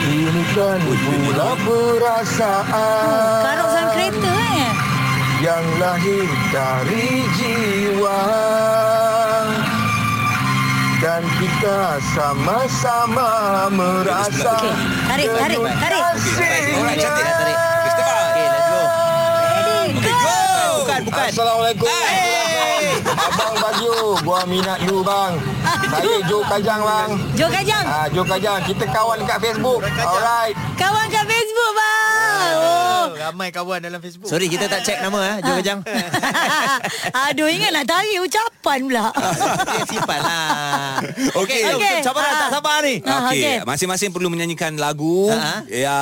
[SPEAKER 10] Demikian pula perasaan
[SPEAKER 1] Karok dalam kereta eh
[SPEAKER 10] yang lahir dari jiwa Dan kita sama-sama merasa
[SPEAKER 1] Okey Tarik tarik tarik
[SPEAKER 4] Alright, cantik dah
[SPEAKER 9] tarik.
[SPEAKER 4] Mustafa.
[SPEAKER 9] Okey, let's go.
[SPEAKER 1] Ready go
[SPEAKER 9] Bukan, bukan.
[SPEAKER 10] Assalamualaikum Abang Bagio Gua minat you bang Saya Jo Kajang bang
[SPEAKER 1] Jo Kajang
[SPEAKER 10] Ah, Jo Kajang Kita kawan dekat Facebook Alright
[SPEAKER 1] Kawan kat Facebook bang Oh
[SPEAKER 8] Oh, ramai kawan dalam Facebook.
[SPEAKER 9] Sorry, kita tak check nama. Eh.
[SPEAKER 1] Ah.
[SPEAKER 9] Jom kejang.
[SPEAKER 1] Aduh ingat nak tarik ucapan pula
[SPEAKER 9] Okey, simpan lah.
[SPEAKER 4] Okey.
[SPEAKER 9] Okey.
[SPEAKER 1] Okey.
[SPEAKER 9] Cabaran tak
[SPEAKER 1] Ah.
[SPEAKER 9] sabar ni.
[SPEAKER 1] Ah, okey.
[SPEAKER 4] Okey, masing-masing perlu menyanyikan lagu
[SPEAKER 9] Ah.
[SPEAKER 4] ya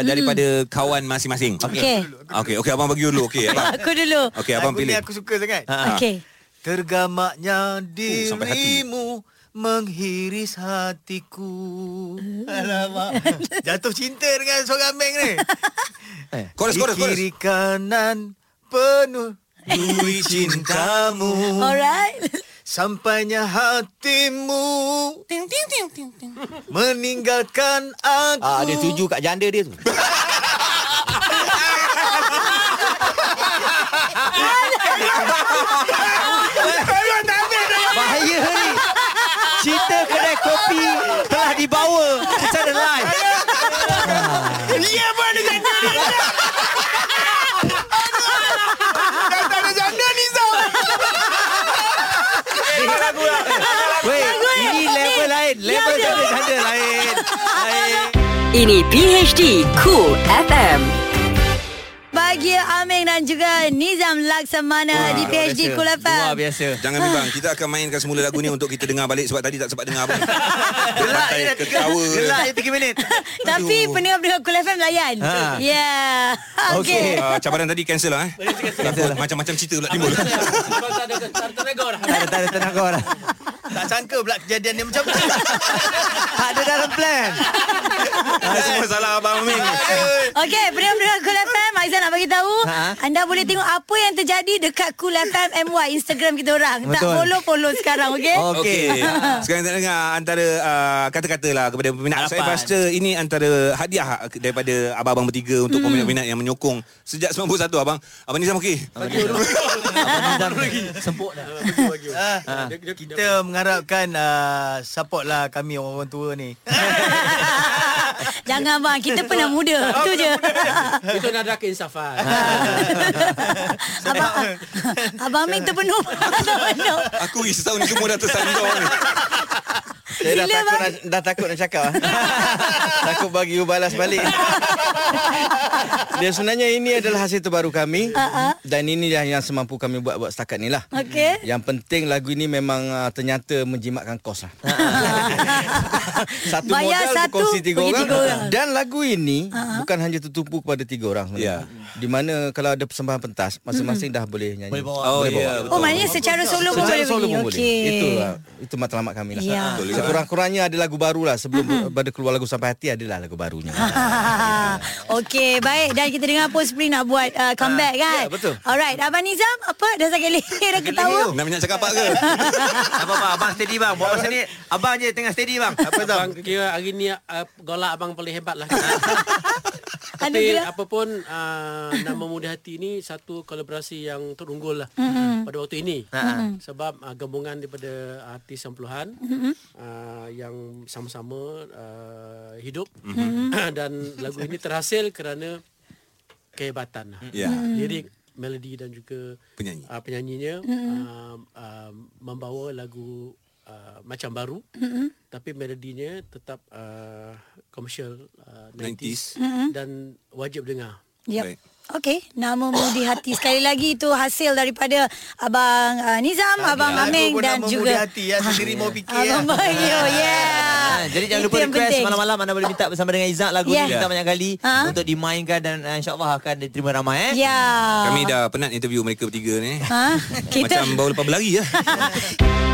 [SPEAKER 4] daripada kawan masing-masing.
[SPEAKER 1] Okey.
[SPEAKER 4] Okey, okey abang bagi dulu. Okey, abang.
[SPEAKER 1] Aku dulu
[SPEAKER 4] Okey, abang
[SPEAKER 8] Lagu ni
[SPEAKER 4] pilih. Ah, Oh,
[SPEAKER 8] aku suka sangat.
[SPEAKER 1] Okey
[SPEAKER 8] Tergamaknya
[SPEAKER 4] sampai hati.
[SPEAKER 8] dirimu menghiris hatiku.
[SPEAKER 1] Ah.
[SPEAKER 8] Alamak. Jatuh cinta dengan seorang Meng ni.
[SPEAKER 4] Chorus, chorus,
[SPEAKER 8] Di
[SPEAKER 4] chorus.
[SPEAKER 8] kiri kanan penuh duri cintamu.
[SPEAKER 1] Alright
[SPEAKER 8] Sampainya hatimu Meninggalkan aku
[SPEAKER 6] Ah, dia tuju kat janda dia tu.
[SPEAKER 9] Bahaya ni. Cerita kedai kopi telah dibawa secara live. lah. Weh, ini level lain.
[SPEAKER 1] Ya,
[SPEAKER 9] Level janda-janda lain. Lain.
[SPEAKER 3] Ini PHD Cool FM.
[SPEAKER 1] Bahagia Aming dan juga Nizam Laksamana di PhD Kul FM.
[SPEAKER 2] biasa.
[SPEAKER 4] Ah, Jangan bimbang. Kita akan mainkan semula lagu ni untuk kita dengar balik sebab tadi tak sempat dengar balik. Gelak je. Ketawa.
[SPEAKER 9] Gelak je 3 minit.
[SPEAKER 1] Tapi pendengar-pendengar Kul FM layan. Ya.
[SPEAKER 4] Ha.
[SPEAKER 1] Yeah.
[SPEAKER 4] Okey.
[SPEAKER 1] Okay.
[SPEAKER 4] Uh, cabaran tadi cancel lah eh. Takut macam-macam cerita pula timbul.
[SPEAKER 7] Sebab tak ada tak tenaga orang.
[SPEAKER 9] Tak ada, tak ada tenang kau lah.
[SPEAKER 8] Tak sangka pula kejadian dia macam tu.
[SPEAKER 9] Tak ada dalam plan.
[SPEAKER 4] Ah, semua salah Abang Ming.
[SPEAKER 1] Okey, pendengar-pendengar Kul FM, Aizan nak bagi tahu,
[SPEAKER 9] Ha.
[SPEAKER 1] anda boleh tengok apa yang terjadi dekat Kul FM MY Instagram kita orang. Tak
[SPEAKER 9] Betul.
[SPEAKER 1] follow-follow sekarang, okey?
[SPEAKER 9] Okey.
[SPEAKER 4] Okey. Sekarang kita dengar antara uh, kata-kata lah kepada peminat. Saya
[SPEAKER 9] Harapan.
[SPEAKER 4] rasa ini antara hadiah daripada abang-abang bertiga untuk peminat-peminat yang menyokong sejak 91 abang. Abang Nizam okey.
[SPEAKER 9] Sempuk dah.
[SPEAKER 8] Ah, Kita mengharapkan ah, support lah kami orang-orang tua ni.
[SPEAKER 1] Jangan bang, kita pernah muda. Itu je.
[SPEAKER 7] Itu nada keinsafan.
[SPEAKER 1] Abang, Abang Ming terpenuh. terpenuh.
[SPEAKER 4] Aku isi tahun ni semua dah tersandung ni.
[SPEAKER 6] Saya dah
[SPEAKER 1] Gila,
[SPEAKER 6] takut,
[SPEAKER 1] bang.
[SPEAKER 6] nak, dah takut nak cakap ah. Takut bagi you balas balik Dia sebenarnya ini adalah hasil terbaru kami uh-huh. Dan ini yang, yang semampu kami buat buat setakat ni lah
[SPEAKER 1] Okey.
[SPEAKER 6] Yang penting lagu ini memang uh, ternyata menjimatkan kos lah Satu
[SPEAKER 1] Bayar
[SPEAKER 6] modal
[SPEAKER 1] satu,
[SPEAKER 6] berkongsi tiga
[SPEAKER 1] pergi
[SPEAKER 6] orang.
[SPEAKER 1] tiga orang.
[SPEAKER 6] Dan lagu ini uh-huh. bukan hanya tertumpu kepada tiga orang
[SPEAKER 4] Ya.
[SPEAKER 6] sebenarnya. Di mana kalau ada persembahan pentas masing-masing dah boleh nyanyi. Boleh
[SPEAKER 9] bawa.
[SPEAKER 4] Oh, ya.
[SPEAKER 1] Oh, maknanya secara solo pun
[SPEAKER 6] Secara
[SPEAKER 1] boleh ah.
[SPEAKER 6] solo
[SPEAKER 1] pergi.
[SPEAKER 6] pun boleh.
[SPEAKER 1] Okey.
[SPEAKER 6] Itulah itu matlamat kami lah.
[SPEAKER 1] Ya.
[SPEAKER 4] Betul juga.
[SPEAKER 6] Sekurang-kurangnya ada lagu baru lah sebelum mm-hmm. pada keluar lagu sampai hati adalah lagu barunya.
[SPEAKER 1] Okey, baik. Dan kita dengar pun Spring nak buat uh, comeback kan?
[SPEAKER 6] ya, betul.
[SPEAKER 1] Alright, Abang Nizam, apa? Dah sakit leher dah ketawa?
[SPEAKER 4] Nak minat cakap apa ke?
[SPEAKER 9] Abang, abang, abang steady bang. Buat masa ni, abang je tengah steady bang. Apa tu?
[SPEAKER 7] Abang kira hari ni uh, golak abang paling hebat lah.
[SPEAKER 1] Anu
[SPEAKER 7] Tapi
[SPEAKER 1] kira-
[SPEAKER 7] apa pun uh, Nama Muda Hati ni satu kolaborasi yang terunggul lah mm-hmm. pada waktu ini. Mm-hmm. Sebab uh, gabungan daripada artis yang puluhan mm-hmm. uh, yang sama-sama uh, hidup mm-hmm. dan lagu ini terhasil kerana kehebatan lah.
[SPEAKER 4] Ya.
[SPEAKER 7] Lirik, melodi dan juga
[SPEAKER 4] Penyanyi.
[SPEAKER 7] uh, penyanyinya mm-hmm. uh, uh, membawa lagu uh, macam baru mm-hmm. tapi melodinya tetap uh, commercial uh, 90s, 90s. Mm-hmm. dan wajib dengar.
[SPEAKER 1] Yep.
[SPEAKER 4] Baik.
[SPEAKER 1] Okey, nama mudi hati sekali lagi itu hasil daripada abang uh, Nizam, abang
[SPEAKER 8] Lagu
[SPEAKER 1] Aming
[SPEAKER 8] pun
[SPEAKER 1] dan
[SPEAKER 8] nama muda
[SPEAKER 1] juga Ah.
[SPEAKER 8] hati ya sendiri mau fikir ah. ya.
[SPEAKER 1] abang Bayu.
[SPEAKER 9] Ha,
[SPEAKER 1] Yeah.
[SPEAKER 9] jadi jangan
[SPEAKER 1] Ah, Itu
[SPEAKER 9] lupa
[SPEAKER 1] yang
[SPEAKER 9] request
[SPEAKER 1] penting. Ya.
[SPEAKER 9] malam-malam anda boleh minta bersama dengan Izzak lagu
[SPEAKER 1] Yeah.
[SPEAKER 9] ni minta banyak kali
[SPEAKER 1] Ha?
[SPEAKER 9] untuk dimainkan dan uh, insyaAllah akan diterima ramai eh.
[SPEAKER 1] Ya.
[SPEAKER 4] Kami dah penat interview mereka bertiga ni.
[SPEAKER 1] Ha? Kita
[SPEAKER 4] Macam baru lepas berlari lah.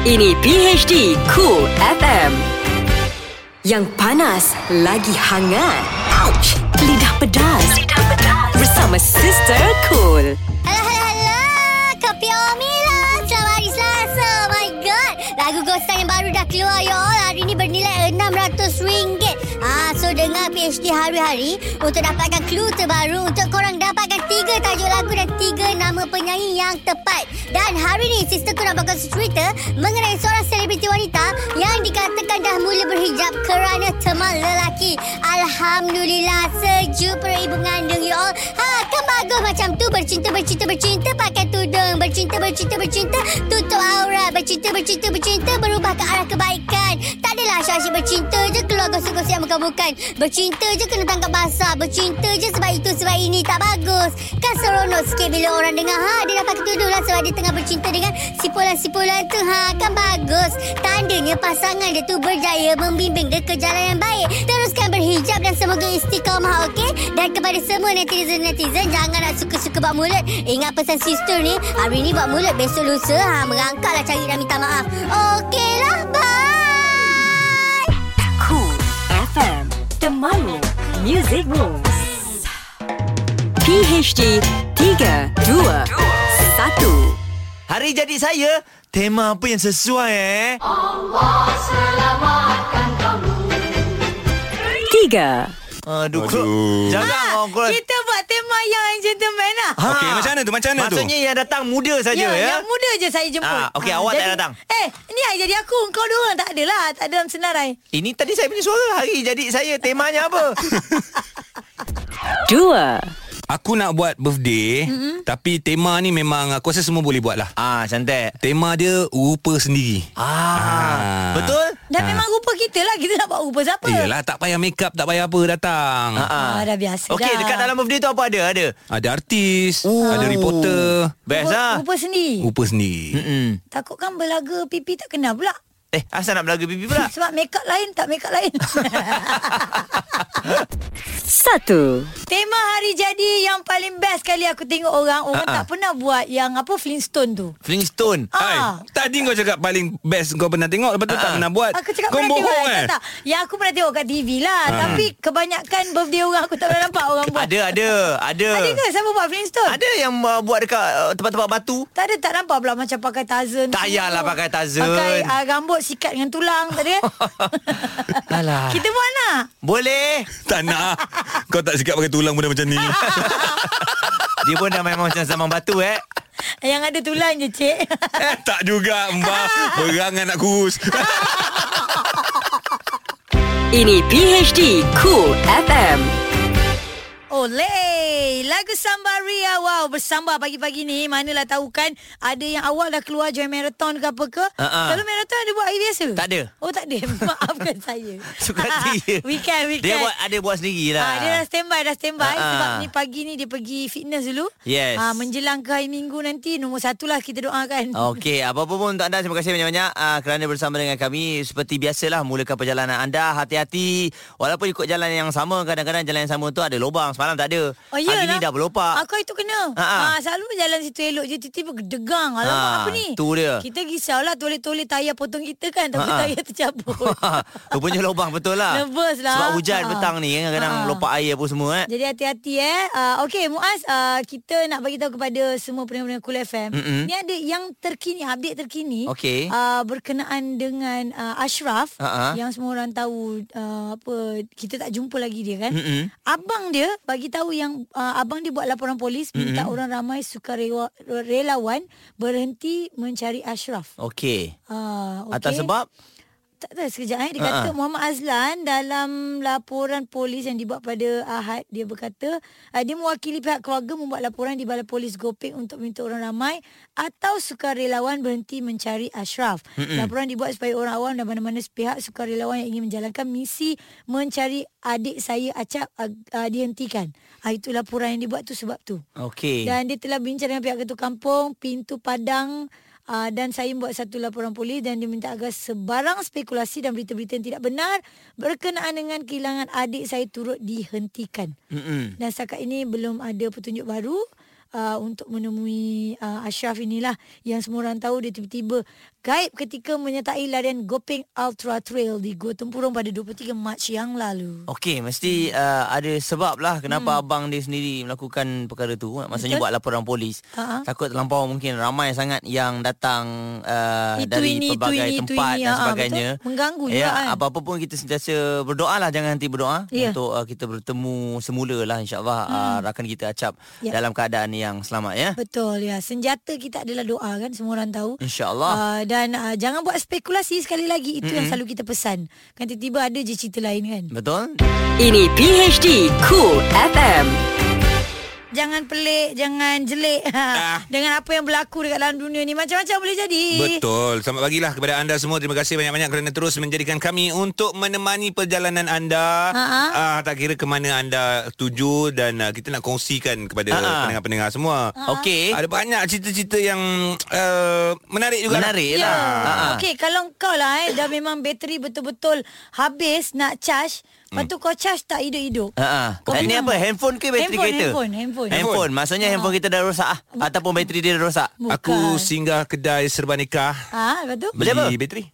[SPEAKER 3] Ini PHD Cool FM. Yang panas lagi hangat. Ouch! Lidah pedas. Lidah pedas. Bersama Sister Cool.
[SPEAKER 11] Alah, alah, alah. Kopi Omila. Selamat hari Selasa. Oh my God. Lagu Gostan yang baru dah keluar, ya all. Hari ni bernilai RM600. Ah, so dengar PhD hari-hari untuk dapatkan clue terbaru untuk korang dapatkan tiga tajuk lagu dan tiga nama penyanyi yang tepat. Dan hari ni, sisterku nak bakal cerita mengenai seorang selebriti wanita yang dikatakan dah mula berhijab kerana teman lelaki. Alhamdulillah, sejuk perut ibu mengandung, ya all. Ha, kan bagus macam tu bercinta bercinta bercinta pakai tudung bercinta bercinta bercinta tutup aurat bercinta bercinta bercinta berubah ke arah kebaikan tak adalah asyik-asyik bercinta je keluar gosip-gosip yang bukan-bukan bercinta je kena tangkap basah bercinta je sebab itu sebab ini tak bagus kan seronok sikit bila orang dengar ha dia dapat ketudung lah sebab dia tengah bercinta dengan sipulan-sipulan tu ha kan bagus tandanya pasangan dia tu berjaya membimbing dia ke jalan yang baik teruskan berhijab dan semoga istiqamah okey dan kepada semua netizen-netizen Jangan nak suka-suka buat mulut Ingat pesan sister ni Hari ni buat mulut Besok lusa ha, Merangkak lah cari dan minta maaf Okeylah Bye
[SPEAKER 3] Cool FM. The Malu Music Rules. PHD 3, 2, 1.
[SPEAKER 9] Hari jadi saya, tema apa yang sesuai eh?
[SPEAKER 3] 3.
[SPEAKER 9] Aduh, Aduh. jarang orang keluar.
[SPEAKER 1] Ah, kita buat tema yang gentleman lah.
[SPEAKER 9] Ha.
[SPEAKER 4] Okey, macam mana tu? Macam mana tu?
[SPEAKER 9] Maksudnya yang datang muda saja ya.
[SPEAKER 1] Yang muda je saya jemput.
[SPEAKER 9] Ah, okey, awak tak datang?
[SPEAKER 1] Eh, ni hari jadi aku. Kau dua orang tak adalah. Tak ada dalam senarai. Ah.
[SPEAKER 9] Ini tadi saya punya suara hari jadi saya temanya apa?
[SPEAKER 3] Dua.
[SPEAKER 4] Aku nak buat birthday mm-hmm.
[SPEAKER 1] Mm-mm.
[SPEAKER 4] Tapi tema ni memang Aku rasa semua boleh buat lah
[SPEAKER 2] Ah cantik
[SPEAKER 4] Tema dia rupa sendiri
[SPEAKER 2] Ah, Betul?
[SPEAKER 1] Dah memang rupa kita lah Kita nak buat rupa siapa
[SPEAKER 4] Yelah tak payah make up Tak payah apa datang
[SPEAKER 1] Ah, dah biasa
[SPEAKER 2] Okey,
[SPEAKER 1] dah.
[SPEAKER 2] dekat dalam birthday tu apa ada? Ada.
[SPEAKER 4] Ada artis Ooh. Ada reporter
[SPEAKER 2] Best
[SPEAKER 1] rupa,
[SPEAKER 2] lah.
[SPEAKER 1] rupa sendiri
[SPEAKER 4] Rupa sendiri
[SPEAKER 2] Mm-mm.
[SPEAKER 1] Takut kan belaga pipi tak kena pula
[SPEAKER 2] Eh, asal nak belaga pipi pula?
[SPEAKER 1] Eh, Sebab make up lain tak make up lain
[SPEAKER 3] Satu.
[SPEAKER 1] Tema hari jadi yang paling best kali aku tengok orang Orang
[SPEAKER 4] Ha-ha.
[SPEAKER 1] tak pernah buat yang apa Flintstone tu
[SPEAKER 2] Flintstone
[SPEAKER 4] ah. Hai, Tadi kau cakap paling best kau pernah tengok Lepas tu
[SPEAKER 2] Ah.
[SPEAKER 4] tak pernah buat
[SPEAKER 1] Aku cakap
[SPEAKER 4] Kau
[SPEAKER 1] pernah
[SPEAKER 4] bohong
[SPEAKER 1] tengok
[SPEAKER 4] eh
[SPEAKER 1] tak, tak. Yang aku pernah tengok kat TV lah
[SPEAKER 4] Ha.
[SPEAKER 1] Tapi kebanyakan birthday orang Aku tak pernah nampak orang buat
[SPEAKER 2] Ada, ada, ada.
[SPEAKER 1] Ada ke siapa buat Flintstone?
[SPEAKER 2] Ada yang uh, buat dekat uh, tempat-tempat batu.
[SPEAKER 1] Tak ada tak nampak pula Macam pakai tazen
[SPEAKER 2] Tak
[SPEAKER 1] semua
[SPEAKER 2] payahlah
[SPEAKER 1] tu.
[SPEAKER 2] pakai tazen.
[SPEAKER 1] Pakai uh, rambut sikat dengan tulang Tak ada kan?
[SPEAKER 2] Alah.
[SPEAKER 1] Kita buat nak
[SPEAKER 2] Boleh.
[SPEAKER 4] Tak nak. Kau tak sikap pakai tulang benda macam ni.
[SPEAKER 2] Dia pun dah memang macam zaman batu eh.
[SPEAKER 1] Yang ada tulang je cik
[SPEAKER 4] Eh, tak juga Mbak Berangan nak kurus
[SPEAKER 3] Ini PHD Cool FM.
[SPEAKER 1] Oleh Lagu Sambar Ria Wow bersambar pagi-pagi ni Manalah tahu kan Ada yang awal dah keluar Join marathon ke apa ke
[SPEAKER 2] Ha-ha.
[SPEAKER 1] Kalau marathon ada buat hari biasa
[SPEAKER 2] Ha, Tak ada.
[SPEAKER 1] Oh tak ada Maafkan saya
[SPEAKER 2] Suka hati dia.
[SPEAKER 1] Weekend weekend
[SPEAKER 2] Dia buat ada buat sendiri lah.
[SPEAKER 1] Ah, dia dah standby dah standby
[SPEAKER 2] Ah, ah.
[SPEAKER 1] sebab ni pagi ni dia pergi fitness dulu.
[SPEAKER 2] Yes.
[SPEAKER 1] Ah, menjelang ke hari Minggu nanti nomor satu lah kita doakan.
[SPEAKER 2] Okey, apa-apa pun untuk anda terima kasih banyak-banyak uh, kerana bersama dengan kami seperti biasalah mulakan perjalanan anda hati-hati walaupun ikut jalan yang sama kadang-kadang jalan yang sama tu ada lubang semalam tak ada.
[SPEAKER 1] Oh,
[SPEAKER 2] Hari ni
[SPEAKER 1] iyalah.
[SPEAKER 2] dah berlopak.
[SPEAKER 1] Aku itu kena.
[SPEAKER 2] Ha, ha.
[SPEAKER 1] Ha, selalu jalan situ elok je tiba-tiba gedegang. Alamak
[SPEAKER 2] Ha,
[SPEAKER 1] apa ni?
[SPEAKER 2] tu dia.
[SPEAKER 1] Kita risaulah toleh-toleh tayar potong kita kan tapi
[SPEAKER 2] Ha, ha.
[SPEAKER 1] tayar tercabut.
[SPEAKER 2] Rupanya lubang betul lah.
[SPEAKER 1] Nervous lah.
[SPEAKER 2] Sebab hujan
[SPEAKER 1] Ha.
[SPEAKER 2] petang ni kadang-kadang
[SPEAKER 1] Ha.
[SPEAKER 2] lopak air apa semua eh.
[SPEAKER 1] Jadi hati-hati eh. Uh, Okey Muaz, uh, kita nak bagi tahu kepada semua pendengar-pendengar Cool FM.
[SPEAKER 2] Mm-mm.
[SPEAKER 1] Ni ada yang terkini, update terkini
[SPEAKER 2] Okey. Uh-huh.
[SPEAKER 1] uh, berkenaan dengan uh, Ashraf
[SPEAKER 2] Ha-ha.
[SPEAKER 1] yang semua orang tahu uh, apa kita tak jumpa lagi dia kan.
[SPEAKER 2] Mm-mm.
[SPEAKER 1] Abang dia bagi tahu yang uh, abang dia buat laporan polis minta
[SPEAKER 2] Mm-mm.
[SPEAKER 1] orang ramai sukarela- relawan berhenti mencari Ashraf.
[SPEAKER 2] Okey.
[SPEAKER 1] Uh,
[SPEAKER 2] Atas sebab?
[SPEAKER 1] tak tahu sekejap eh. Dia kata
[SPEAKER 2] Ha-ha.
[SPEAKER 1] Muhammad Azlan dalam laporan polis yang dibuat pada Ahad. Dia berkata uh, dia mewakili pihak keluarga membuat laporan di Balai Polis Gopek untuk minta orang ramai atau sukarelawan berhenti mencari Ashraf.
[SPEAKER 11] Mm-mm.
[SPEAKER 1] Laporan dibuat supaya orang awam dan mana-mana sepihak sukarelawan yang ingin menjalankan misi mencari adik saya Acap uh, uh, dihentikan. Uh, itu laporan yang dibuat tu sebab tu.
[SPEAKER 2] Okey.
[SPEAKER 1] Dan dia telah bincang dengan pihak ketua kampung, pintu padang uh, dan saya buat satu laporan polis dan dia minta agar sebarang spekulasi dan berita-berita yang tidak benar berkenaan dengan kehilangan adik saya turut dihentikan.
[SPEAKER 2] Mm-mm.
[SPEAKER 1] Dan setakat ini belum ada petunjuk baru. Uh, untuk menemui uh, Ashraf inilah yang semua orang tahu dia tiba-tiba gaib ketika menyertai larian Gopeng Ultra Trail di Gua Tempurung pada 23 Mac yang lalu.
[SPEAKER 2] Okey, mesti
[SPEAKER 1] Hmm.
[SPEAKER 2] uh, ada sebab lah kenapa hmm. abang dia sendiri melakukan perkara tu. Eh, Maksudnya
[SPEAKER 1] Betul.
[SPEAKER 2] buat laporan polis.
[SPEAKER 1] Ha-ha.
[SPEAKER 2] Takut terlampau mungkin ramai sangat yang datang uh,
[SPEAKER 1] Itu
[SPEAKER 2] dari
[SPEAKER 1] ini, itu
[SPEAKER 2] pelbagai
[SPEAKER 1] ini, itu
[SPEAKER 2] tempat
[SPEAKER 1] ini.
[SPEAKER 2] dan
[SPEAKER 1] Ha,
[SPEAKER 2] sebagainya.
[SPEAKER 1] betul. Mengganggu juga
[SPEAKER 2] ya,
[SPEAKER 1] kan.
[SPEAKER 2] Apa-apa pun kita sentiasa berdoa lah. Jangan henti berdoa
[SPEAKER 1] Ya. Hmm.
[SPEAKER 2] untuk uh, kita bertemu semula lah insyaAllah uh, rakan kita acap
[SPEAKER 1] Ya.
[SPEAKER 2] dalam keadaan yang selamat ya.
[SPEAKER 4] Ah.
[SPEAKER 1] Betul ya. Senjata kita adalah doa kan semua orang tahu.
[SPEAKER 2] InsyaAllah.
[SPEAKER 1] Uh, dan uh, jangan buat spekulasi sekali lagi itu mm-hmm. yang
[SPEAKER 2] Mm-mm.
[SPEAKER 1] selalu kita pesan. Kan tiba-tiba ada je cerita lain kan.
[SPEAKER 2] Betul?
[SPEAKER 3] Ini PHD Cool FM.
[SPEAKER 1] Jangan pelik, jangan jelek
[SPEAKER 4] Ah.
[SPEAKER 1] ha. dengan apa yang berlaku dekat dalam dunia ni macam-macam boleh jadi.
[SPEAKER 4] Betul Selamat pagilah kepada anda semua Terima kasih banyak-banyak Kerana terus menjadikan kami Untuk menemani perjalanan anda
[SPEAKER 1] Ha-ha.
[SPEAKER 4] Ah, Tak kira ke mana anda tuju Dan ah, kita nak kongsikan Kepada
[SPEAKER 2] Ha-ha.
[SPEAKER 4] pendengar-pendengar semua
[SPEAKER 1] Ha-ha. Okey.
[SPEAKER 4] Ada banyak cerita-cerita yang uh, Menarik lah. juga Ah,
[SPEAKER 2] Menarik lah.
[SPEAKER 1] Ya. Okey, kalau kau lah eh dah memang bateri betul-betul habis nak charge, lepas
[SPEAKER 4] Hmm.
[SPEAKER 1] tu kau charge tak hidup-hidup.
[SPEAKER 2] Ha
[SPEAKER 1] Kau
[SPEAKER 2] ah. Ni apa?
[SPEAKER 1] memang-
[SPEAKER 2] Handphone ke bateri
[SPEAKER 1] Handphone,
[SPEAKER 2] kereta?
[SPEAKER 1] handphone, handphone.
[SPEAKER 2] Handphone. Maksudnya handphone kita dah rosak ah ataupun bateri dia dah rosak.
[SPEAKER 4] Aku singgah kedai serba nikah
[SPEAKER 1] Ah, ha, lepas tu?
[SPEAKER 4] Beli apa? bateri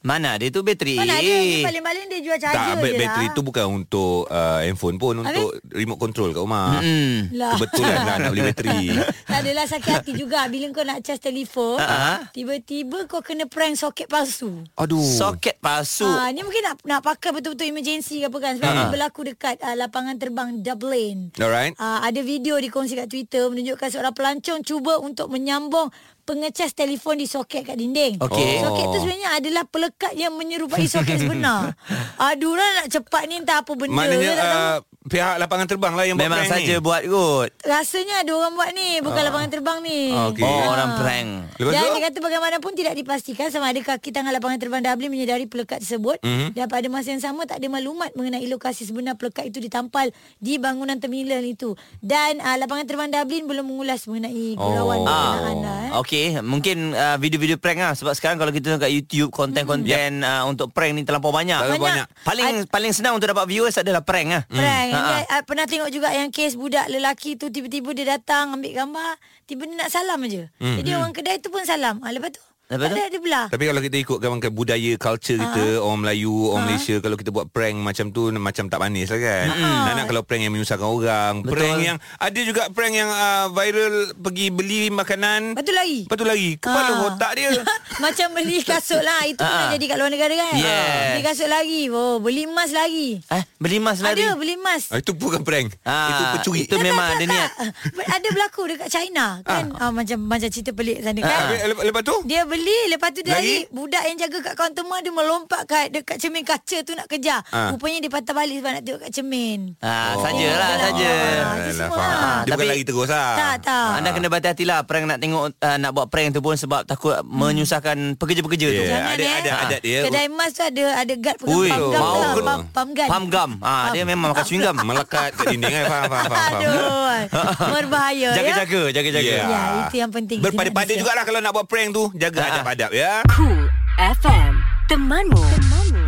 [SPEAKER 2] Mana dia tu bateri
[SPEAKER 1] Mana ada Dia paling-paling dia jual charger
[SPEAKER 4] Tak, ba-
[SPEAKER 1] je
[SPEAKER 4] bateri
[SPEAKER 1] lah.
[SPEAKER 4] tu bukan untuk uh, handphone pun Untuk remote control kat rumah
[SPEAKER 1] Mm-mm. Lah.
[SPEAKER 4] Kebetulan lah nak beli bateri
[SPEAKER 1] Tak adalah sakit hati juga Bila kau nak charge telefon
[SPEAKER 4] Ha-ha.
[SPEAKER 1] Tiba-tiba kau kena prank soket palsu
[SPEAKER 4] Aduh
[SPEAKER 2] Soket palsu
[SPEAKER 1] Ah, ni mungkin nak nak pakai betul-betul emergency ke apa kan Sebab
[SPEAKER 2] Ha-ha.
[SPEAKER 1] uh berlaku dekat uh, lapangan terbang Dublin
[SPEAKER 4] Alright
[SPEAKER 1] uh, Ada video dikongsi kat Twitter Menunjukkan seorang pelancong cuba untuk menyambung pengecas telefon di soket kat dinding
[SPEAKER 11] Okey.
[SPEAKER 1] Soket tu
[SPEAKER 11] Oh.
[SPEAKER 1] sebenarnya adalah pelekat yang menyerupai soket sebenar Aduh lah nak cepat ni entah apa benda
[SPEAKER 4] Maknanya
[SPEAKER 1] tak tahu.
[SPEAKER 4] uh, pihak lapangan terbang lah yang buat
[SPEAKER 2] Memang
[SPEAKER 4] prank ni.
[SPEAKER 2] saja buat kot.
[SPEAKER 1] Rasanya ada orang buat ni Bukan lapangan terbang ni
[SPEAKER 2] Okey. Oh, orang prank. Lepas
[SPEAKER 1] Dan
[SPEAKER 2] tu?
[SPEAKER 1] dia kata bagaimanapun tidak dipastikan sama ada kaki tangan lapangan terbang Dublin menyedari pelekat tersebut
[SPEAKER 2] Mhm.
[SPEAKER 1] dan pada masa yang sama tak ada maklumat mengenai lokasi sebenar pelekat itu ditampal di bangunan terminal itu dan uh, lapangan terbang Dublin belum mengulas mengenai gurauan oh. berkenaan lah,
[SPEAKER 2] Ah.
[SPEAKER 1] eh.
[SPEAKER 2] Okey, mungkin uh, video-video prank lah sebab sekarang kalau kita tengok kat YouTube
[SPEAKER 4] Hmm.
[SPEAKER 2] konten-konten uh, untuk prank ni terlampau banyak.
[SPEAKER 1] Terlalu Banyak. banyak.
[SPEAKER 2] Paling paling senang untuk dapat viewers adalah prank lah.
[SPEAKER 1] Prank
[SPEAKER 2] Ha,
[SPEAKER 1] Ini,
[SPEAKER 2] ha.
[SPEAKER 1] uh, Pernah tengok juga yang kes budak lelaki tu Tiba-tiba dia datang ambil gambar Tiba dia nak salam aja
[SPEAKER 4] Hmm.
[SPEAKER 1] Jadi
[SPEAKER 4] Hmm.
[SPEAKER 1] orang kedai tu pun salam ah, Lepas tu
[SPEAKER 4] Lepas
[SPEAKER 1] tak
[SPEAKER 4] tu?
[SPEAKER 1] ada dia belah
[SPEAKER 4] Tapi kalau kita ikut gambarkan budaya culture kita orang Melayu, orang
[SPEAKER 1] Ha.
[SPEAKER 4] Malaysia kalau kita buat prank macam tu macam tak manis lah kan.
[SPEAKER 2] Mm-mm.
[SPEAKER 4] Tak nak kalau prank yang menyusahkan orang, Betul. prank yang ada juga prank yang uh, viral pergi beli makanan.
[SPEAKER 1] Betul lagi.
[SPEAKER 4] Betul lagi. Kepala
[SPEAKER 1] Ah.
[SPEAKER 4] otak dia.
[SPEAKER 1] Macam beli kasut lah Itu pun
[SPEAKER 4] Ah.
[SPEAKER 1] dah jadi kat luar negara kan
[SPEAKER 4] Yes.
[SPEAKER 1] Beli kasut lagi oh, Beli emas lagi
[SPEAKER 2] Eh, beli emas Ah,
[SPEAKER 1] lagi Ada beli emas
[SPEAKER 4] Ah, itu bukan prank. itu pencuri.
[SPEAKER 2] itu memang ada niat.
[SPEAKER 1] Ber- Ada berlaku dekat China Kan ah. Macam macam cerita pelik sana kan
[SPEAKER 4] Ah. Lepas- lepas tu?
[SPEAKER 1] Dia beli Lepas tu dia
[SPEAKER 4] Lagi?
[SPEAKER 1] lagi Budak yang jaga kat kaunter mall Dia melompat kat Dekat cermin kaca tu nak kejar
[SPEAKER 4] Ah.
[SPEAKER 1] Rupanya dia patah balik Sebab nak tengok kat cermin
[SPEAKER 2] Ah, oh. sajalah saja.
[SPEAKER 4] Alah, faham. Dia bukan lari terus lah.
[SPEAKER 1] Ah, Tak, tak.
[SPEAKER 2] Anda kena berhati-hatilah prank nak tengok uh, nak buat prank tu pun sebab takut menyusahkan pekerja-pekerja tu.
[SPEAKER 4] Yeah, Jangan, ada- eh. ada adat dia.
[SPEAKER 1] Hmm. Kedai emas tu ada Ada guard pegang
[SPEAKER 2] Ya, Ui,
[SPEAKER 1] pam gam
[SPEAKER 2] mau
[SPEAKER 1] lah
[SPEAKER 2] kena.
[SPEAKER 1] Pam, pam gam
[SPEAKER 2] Pam gam. Ah, dia memang makan chewing gum.
[SPEAKER 4] Melekat kat dinding kan. Faham, faham, faham. faham.
[SPEAKER 1] Aduh Berbahaya ya
[SPEAKER 2] Jaga-jaga, jaga-jaga. Ah.
[SPEAKER 1] Ya, itu yang penting.
[SPEAKER 4] Berpada-pada jugalah kalau nak buat prank tu. Jaga adab-adab ya.
[SPEAKER 3] Cool FM Temanmu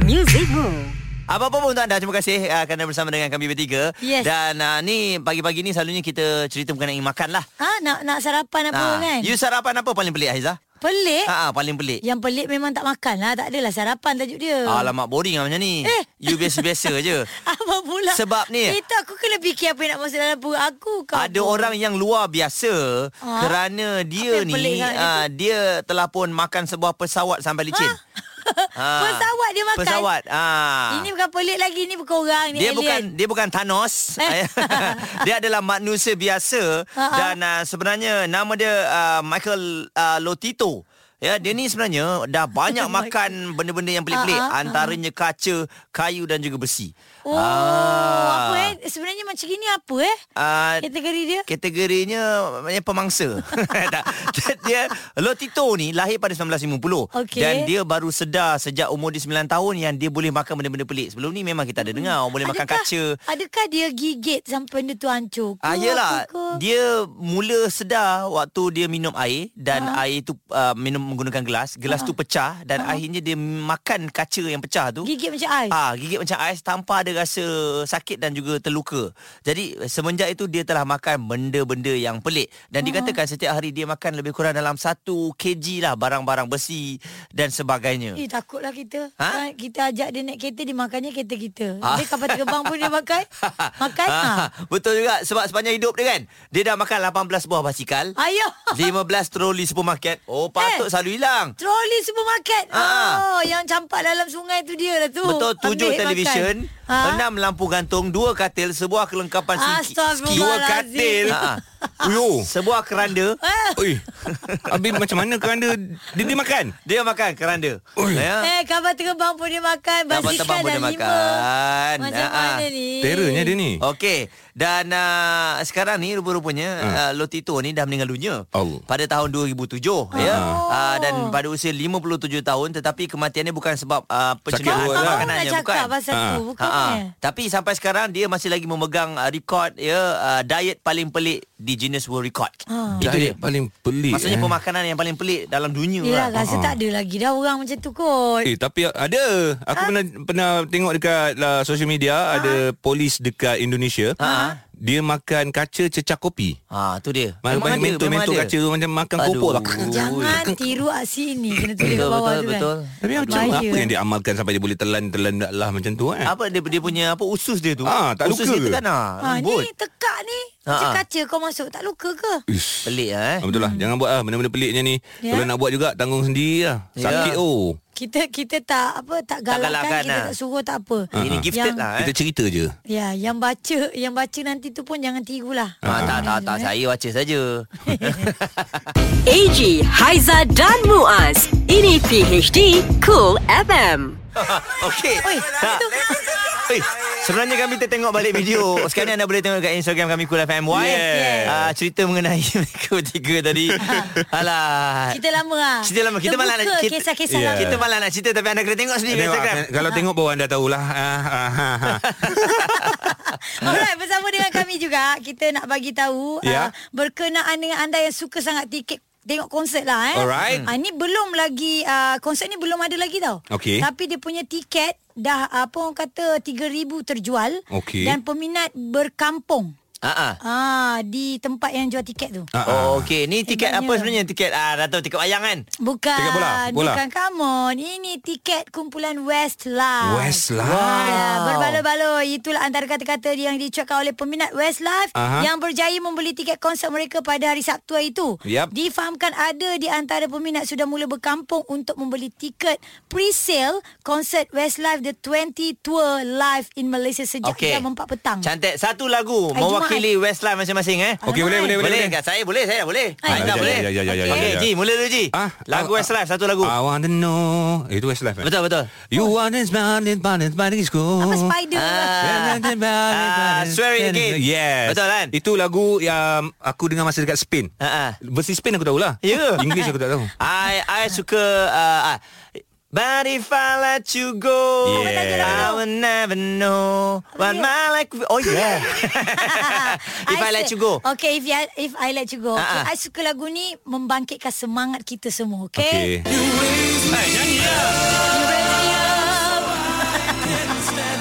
[SPEAKER 3] Musicmu
[SPEAKER 2] Apa-apa pun untuk anda Terima kasih uh, Kerana bersama dengan kami bertiga
[SPEAKER 1] Yes.
[SPEAKER 2] Dan uh, ni Pagi-pagi ni selalunya kita Cerita mengenai makan lah
[SPEAKER 1] Ah, nak nak sarapan apa
[SPEAKER 2] Ah,
[SPEAKER 1] kan? Eh? Ya.
[SPEAKER 2] You sarapan apa paling pelik Haizah?
[SPEAKER 1] Pelik.
[SPEAKER 2] Ha, paling pelik
[SPEAKER 1] Yang pelik memang tak makan lah. Tak adalah sarapan tajuk dia.
[SPEAKER 2] Alamak boring lah macam ni
[SPEAKER 1] Eh.
[SPEAKER 2] You biasa-biasa je
[SPEAKER 1] Apa pula?
[SPEAKER 2] Sebab ni-
[SPEAKER 1] Itu aku kena fikir apa yang nak masuk dalam perut aku. Kau
[SPEAKER 2] Ada orang yang luar biasa
[SPEAKER 1] Ah.
[SPEAKER 2] Kerana dia
[SPEAKER 1] Apa yang pelik
[SPEAKER 2] ni
[SPEAKER 1] sangat
[SPEAKER 2] uh, Dia telah pun makan sebuah pesawat sampai licin ha.
[SPEAKER 1] Ah. Pesawat dia makan?
[SPEAKER 2] Pesawat ah.
[SPEAKER 1] Ini bukan pelik lagi. Ini bukan orang. Ini
[SPEAKER 2] dia
[SPEAKER 1] alien.
[SPEAKER 2] bukan dia bukan Thanos. dia adalah manusia biasa
[SPEAKER 1] Ha, ha.
[SPEAKER 2] dan uh, sebenarnya nama dia uh, Michael uh, Lotito. Ya, dia ni sebenarnya dah banyak makan benda-benda yang pelik-pelik
[SPEAKER 1] Ha, ha, ha.
[SPEAKER 2] antaranya kaca, kayu dan juga besi.
[SPEAKER 1] Oh,
[SPEAKER 2] Ah.
[SPEAKER 1] apa eh? Sebenarnya macam gini apa eh?
[SPEAKER 2] Uh,
[SPEAKER 1] Kategori dia?
[SPEAKER 2] Kategorinya maknanya pemangsa. tak. Dia Lotito ni lahir pada 1950
[SPEAKER 1] Okey.
[SPEAKER 2] dan dia baru sedar sejak umur dia 9 tahun yang dia boleh makan benda-benda pelik. Sebelum ni memang kita ada dengar orang boleh makan
[SPEAKER 1] Adakah-
[SPEAKER 2] kaca.
[SPEAKER 1] Adakah dia gigit sampai benda tu hancur? ke
[SPEAKER 2] Ah yalah,
[SPEAKER 1] apa ke?
[SPEAKER 2] dia mula sedar waktu dia minum air dan
[SPEAKER 1] Ah.
[SPEAKER 2] air tu uh, minum menggunakan gelas, gelas
[SPEAKER 1] Ah.
[SPEAKER 2] tu pecah dan
[SPEAKER 1] Ah.
[SPEAKER 2] akhirnya dia makan kaca yang pecah tu.
[SPEAKER 1] Gigit macam ais?
[SPEAKER 2] Ah, gigit macam ais tanpa ada rasa sakit dan juga terluka. Jadi semenjak itu dia telah makan benda-benda yang pelik
[SPEAKER 1] Ha.
[SPEAKER 2] dan dikatakan setiap hari dia makan lebih kurang dalam 1 kg lah barang-barang besi dan sebagainya.
[SPEAKER 1] Eh takutlah kita
[SPEAKER 2] Ha?
[SPEAKER 1] ha? Kita ajak dia naik kereta Dia makannya kereta kita
[SPEAKER 2] Ah.
[SPEAKER 1] ha? Dia kapal terbang pun dia makan Makan ha?
[SPEAKER 2] Ah, Betul juga sebab sepanjang hidup dia kan dia dah makan 18 buah basikal.
[SPEAKER 1] Ayuh
[SPEAKER 2] 15 troli supermarket. Oh patut
[SPEAKER 1] Eh.
[SPEAKER 2] selalu hilang.
[SPEAKER 1] Troli supermarket
[SPEAKER 2] Ah.
[SPEAKER 1] Oh Yang campak dalam sungai tu dia lah tu
[SPEAKER 2] Betul tujuh
[SPEAKER 1] Ambil
[SPEAKER 2] televisyen,
[SPEAKER 1] makan. Ah. Ha?
[SPEAKER 2] enam lampu gantung, dua katil, sebuah kelengkapan ski. ski.
[SPEAKER 1] Astagfirullahalazim.
[SPEAKER 2] Ha.
[SPEAKER 4] Uyo.
[SPEAKER 2] Sebuah keranda.
[SPEAKER 1] Ah.
[SPEAKER 4] Oi. Habis macam mana keranda dia, dia makan?
[SPEAKER 2] Dia makan keranda. Ya.
[SPEAKER 4] Ah.
[SPEAKER 1] Eh kapal terbang pun dia makan
[SPEAKER 2] Abang
[SPEAKER 1] Basikal
[SPEAKER 2] terbang
[SPEAKER 1] dah
[SPEAKER 2] boleh
[SPEAKER 1] lima
[SPEAKER 2] makan.
[SPEAKER 1] Macam
[SPEAKER 2] Ha, ha.
[SPEAKER 1] mana ni?
[SPEAKER 4] Teranya dia ni.
[SPEAKER 2] Okey. Dan uh, sekarang ni rupa-rupanya uh, Lotito ni dah meninggal dunia.
[SPEAKER 4] Hmm. Allah.
[SPEAKER 2] Pada tahun 2007
[SPEAKER 1] Oh.
[SPEAKER 2] ya. Uh, dan pada usia 57 tahun tetapi kematiannya bukan sebab uh,
[SPEAKER 1] Kau
[SPEAKER 2] penceriaan
[SPEAKER 4] lah.
[SPEAKER 1] tak mahu
[SPEAKER 2] makanannya
[SPEAKER 1] nak
[SPEAKER 2] bukan.
[SPEAKER 1] cakap
[SPEAKER 4] Ha.
[SPEAKER 1] pasal tu Bukan
[SPEAKER 2] Ha-ha.
[SPEAKER 1] eh
[SPEAKER 2] Tapi sampai sekarang dia masih lagi memegang uh, rekod ya uh, diet paling pelik di Guinness World Record.
[SPEAKER 1] Ha.
[SPEAKER 2] Itu dia.
[SPEAKER 4] paling pelik.
[SPEAKER 2] Maksudnya
[SPEAKER 4] eh.
[SPEAKER 2] pemakanan yang paling pelik dalam dunia
[SPEAKER 1] Yelah
[SPEAKER 2] lah.
[SPEAKER 1] rasa tak ada lagi dah orang macam tu kot
[SPEAKER 4] Eh tapi ada Aku
[SPEAKER 1] Ah.
[SPEAKER 4] ha? pernah pernah tengok dekat lah, social media ha? Ada polis dekat Indonesia ha?
[SPEAKER 1] Ah.
[SPEAKER 4] Dia makan kaca cecah kopi
[SPEAKER 2] Ha tu dia
[SPEAKER 4] Memang
[SPEAKER 2] ada,
[SPEAKER 4] mentor,
[SPEAKER 2] memang
[SPEAKER 4] mentor
[SPEAKER 2] ada.
[SPEAKER 4] kaca tu Macam makan kopok lah
[SPEAKER 1] Jangan Ah, tiru aksi ni Kena tulis kat
[SPEAKER 2] Betul,
[SPEAKER 1] bawah
[SPEAKER 2] betul,
[SPEAKER 1] tu
[SPEAKER 2] betul.
[SPEAKER 1] kan
[SPEAKER 4] Tapi macam mana
[SPEAKER 1] Bahaya.
[SPEAKER 4] apa yang diamalkan Sampai dia boleh telan-telan lah macam tu kan
[SPEAKER 2] Apa dia, dia punya apa usus dia tu?
[SPEAKER 4] Ah, tak
[SPEAKER 2] usus
[SPEAKER 4] luka
[SPEAKER 2] dia
[SPEAKER 4] ke?
[SPEAKER 2] tekan ah.
[SPEAKER 1] Ha,
[SPEAKER 2] Lembut.
[SPEAKER 1] ni tekak ni
[SPEAKER 4] Ha,
[SPEAKER 1] Macam
[SPEAKER 4] ha.
[SPEAKER 1] kaca kau masuk Tak luka ke?
[SPEAKER 2] Pelik lah eh.
[SPEAKER 4] Ah, betul lah Jangan buat lah Benda-benda peliknya ni
[SPEAKER 1] Ya.
[SPEAKER 4] Kalau nak buat juga Tanggung sendiri lah
[SPEAKER 2] Ya.
[SPEAKER 4] Sakit oh
[SPEAKER 1] Kita kita tak apa tak galakkan,
[SPEAKER 4] galakkan
[SPEAKER 1] kita
[SPEAKER 4] lah.
[SPEAKER 1] tak suruh tak apa.
[SPEAKER 4] Ah, ah.
[SPEAKER 1] yang,
[SPEAKER 2] lah. eh.
[SPEAKER 4] Kita cerita je
[SPEAKER 1] Ya, yang baca yang baca nanti tu pun jangan lah. tirulah.
[SPEAKER 2] Ha, tak, tak, tak. Saya baca saja.
[SPEAKER 3] AG Haiza dan Muaz Ini PHD Cool FM
[SPEAKER 2] Ha, Okey.
[SPEAKER 1] Oi,
[SPEAKER 2] tak. Oi, Eh, sebenarnya kami tertengok balik video. Sekarang ni anda boleh tengok kat Instagram kami Cool FM Y.
[SPEAKER 11] Yeah.
[SPEAKER 2] Ah, cerita mengenai mereka bertiga tadi. Alah.
[SPEAKER 1] Cerita lama lah.
[SPEAKER 2] Cerita lama Kita malah nak
[SPEAKER 1] Terbuka
[SPEAKER 2] kita,
[SPEAKER 1] kisah-kisah
[SPEAKER 4] Yeah.
[SPEAKER 1] lama.
[SPEAKER 2] Kita malah nak cerita Tapi anda kena tengok sendiri
[SPEAKER 4] Tengok,
[SPEAKER 2] Instagram
[SPEAKER 4] kalau tengok baru anda tahulah. Ah, ah, ah, ah.
[SPEAKER 1] Alright, bersama dengan kami juga kita nak bagi tahu
[SPEAKER 4] Ya.
[SPEAKER 1] yeah. uh, berkenaan dengan anda yang suka sangat tiket tengok konsert lah eh.
[SPEAKER 4] Alright.
[SPEAKER 1] Uh, ni belum lagi uh, konsert ni belum ada lagi tau.
[SPEAKER 4] Okey.
[SPEAKER 1] Tapi dia punya tiket dah ah, apa orang kata 3000 terjual
[SPEAKER 4] Okey.
[SPEAKER 1] dan peminat berkampung.
[SPEAKER 2] Ah,
[SPEAKER 1] Ah di tempat yang jual tiket tu.
[SPEAKER 2] ah. Oh okey Ni tiket
[SPEAKER 1] Hebatnya.
[SPEAKER 2] apa sebenarnya Tiket ah, Dato' tiket wayang kan
[SPEAKER 1] Bukan
[SPEAKER 2] Tiket bola, bola.
[SPEAKER 1] Bukan come on Ini tiket kumpulan Westlife
[SPEAKER 2] Westlife.
[SPEAKER 1] Ya,
[SPEAKER 2] Wow.
[SPEAKER 1] Berbaloi-baloi Itulah antara kata-kata Yang dicuatkan oleh peminat Westlife
[SPEAKER 4] Aha.
[SPEAKER 1] Yang berjaya membeli tiket konsert mereka Pada hari Sabtu hari itu
[SPEAKER 4] Yap.
[SPEAKER 1] Difahamkan ada di antara peminat Sudah mula berkampung Untuk membeli tiket Pre-sale Konsert Westlife The 20 Tour Live in Malaysia Sejak
[SPEAKER 2] Okey.
[SPEAKER 1] okay. jam 4 petang
[SPEAKER 2] Cantik Satu lagu
[SPEAKER 1] Hari
[SPEAKER 2] Mewakili Westlife masing-masing eh
[SPEAKER 4] Okey, boleh, boleh, boleh,
[SPEAKER 2] Boleh
[SPEAKER 4] boleh.
[SPEAKER 2] kat saya boleh Saya dah boleh
[SPEAKER 4] Ah,
[SPEAKER 2] Dah
[SPEAKER 4] jap,
[SPEAKER 2] boleh
[SPEAKER 4] jap, jap, jap, jap,
[SPEAKER 2] Okey
[SPEAKER 4] jap.
[SPEAKER 2] Ji mula dulu Ji
[SPEAKER 4] Ah,
[SPEAKER 2] Lagu
[SPEAKER 4] ah,
[SPEAKER 2] Westlife Satu lagu
[SPEAKER 4] I want to know. Itu Westlife. eh?
[SPEAKER 2] Betul Ah. betul
[SPEAKER 4] You want this mountain, mountain, mountain school.
[SPEAKER 1] Apa spider
[SPEAKER 2] Ah. Ah, Swear it again
[SPEAKER 4] Yes
[SPEAKER 2] Betul kan
[SPEAKER 4] Itu lagu yang Aku dengar masa dekat Spain
[SPEAKER 2] Ah, ah.
[SPEAKER 4] Versi Spain aku tahulah
[SPEAKER 2] Ya.
[SPEAKER 4] English aku tak tahu
[SPEAKER 2] I I suka uh, uh, But if I let you go
[SPEAKER 4] Yeah.
[SPEAKER 2] I will never know What my life will- Oh yeah If I let
[SPEAKER 1] su-
[SPEAKER 2] you go
[SPEAKER 1] Okay if, I, if I let you go okay,
[SPEAKER 2] Ah, ah.
[SPEAKER 1] I suka lagu ni Membangkitkan semangat kita semua Okay, okay.
[SPEAKER 4] Okay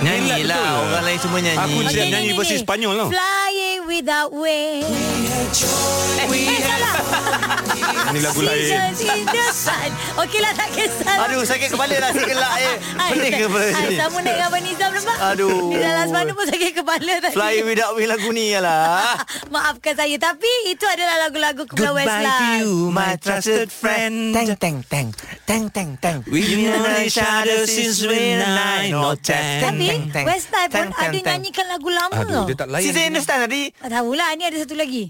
[SPEAKER 2] Nyanyi lah Orang lain semua nyanyi
[SPEAKER 4] Aku
[SPEAKER 1] Okey,
[SPEAKER 4] siap
[SPEAKER 1] ni,
[SPEAKER 4] nyanyi
[SPEAKER 1] ni,
[SPEAKER 4] versi
[SPEAKER 1] ni.
[SPEAKER 4] Spanyol lah. tau
[SPEAKER 1] Flying without wings. Eh, eh, salah.
[SPEAKER 4] Ini lagu lain
[SPEAKER 1] Seasons in the sun. Okeylah, tak kisah.
[SPEAKER 2] Aduh sakit kepala lah Saya gelak eh
[SPEAKER 1] Hai,
[SPEAKER 2] Pening ke kepala
[SPEAKER 1] hai,
[SPEAKER 2] ni
[SPEAKER 1] sama naik dengan Abang Nizam nampak?
[SPEAKER 2] Aduh.
[SPEAKER 1] Nizam Lasmana pun sakit kepala tadi.
[SPEAKER 2] Fly without me lagu ni lah
[SPEAKER 1] Maafkan saya. Tapi itu adalah lagu-lagu kumpulan Westlife.
[SPEAKER 2] my trusted friend Tang tang tang Tang tang tang
[SPEAKER 4] We've known each other since we're nine or ten.
[SPEAKER 1] Tapi Westlife pun ada nyanyikan lagu lama
[SPEAKER 4] Aduh
[SPEAKER 1] tau.
[SPEAKER 4] dia tak layan
[SPEAKER 2] Sisi Hindustan tadi
[SPEAKER 1] Tak tahulah, ni ada satu lagi.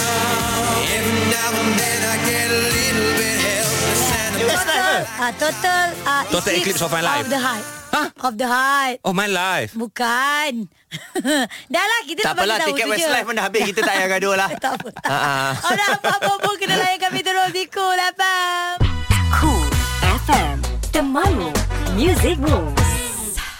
[SPEAKER 2] eh?
[SPEAKER 1] Total, ah, total, ah,
[SPEAKER 4] Total Eclipse of My Life.
[SPEAKER 1] Of the Heart. Of the Heart.
[SPEAKER 4] Oh my life
[SPEAKER 1] Bukan. Dah lah, kita
[SPEAKER 2] Tak
[SPEAKER 1] nak bagi
[SPEAKER 2] apalah
[SPEAKER 1] tahu
[SPEAKER 2] Tiket
[SPEAKER 1] tu je.
[SPEAKER 2] Westlife pun dah habis Kita tak payah gaduh lah
[SPEAKER 1] tak apa.
[SPEAKER 2] Ah, ah.
[SPEAKER 1] Orang apa-apa pun kena layan kami terus di Cool FM.
[SPEAKER 3] Cool FM Temanmu Music Moves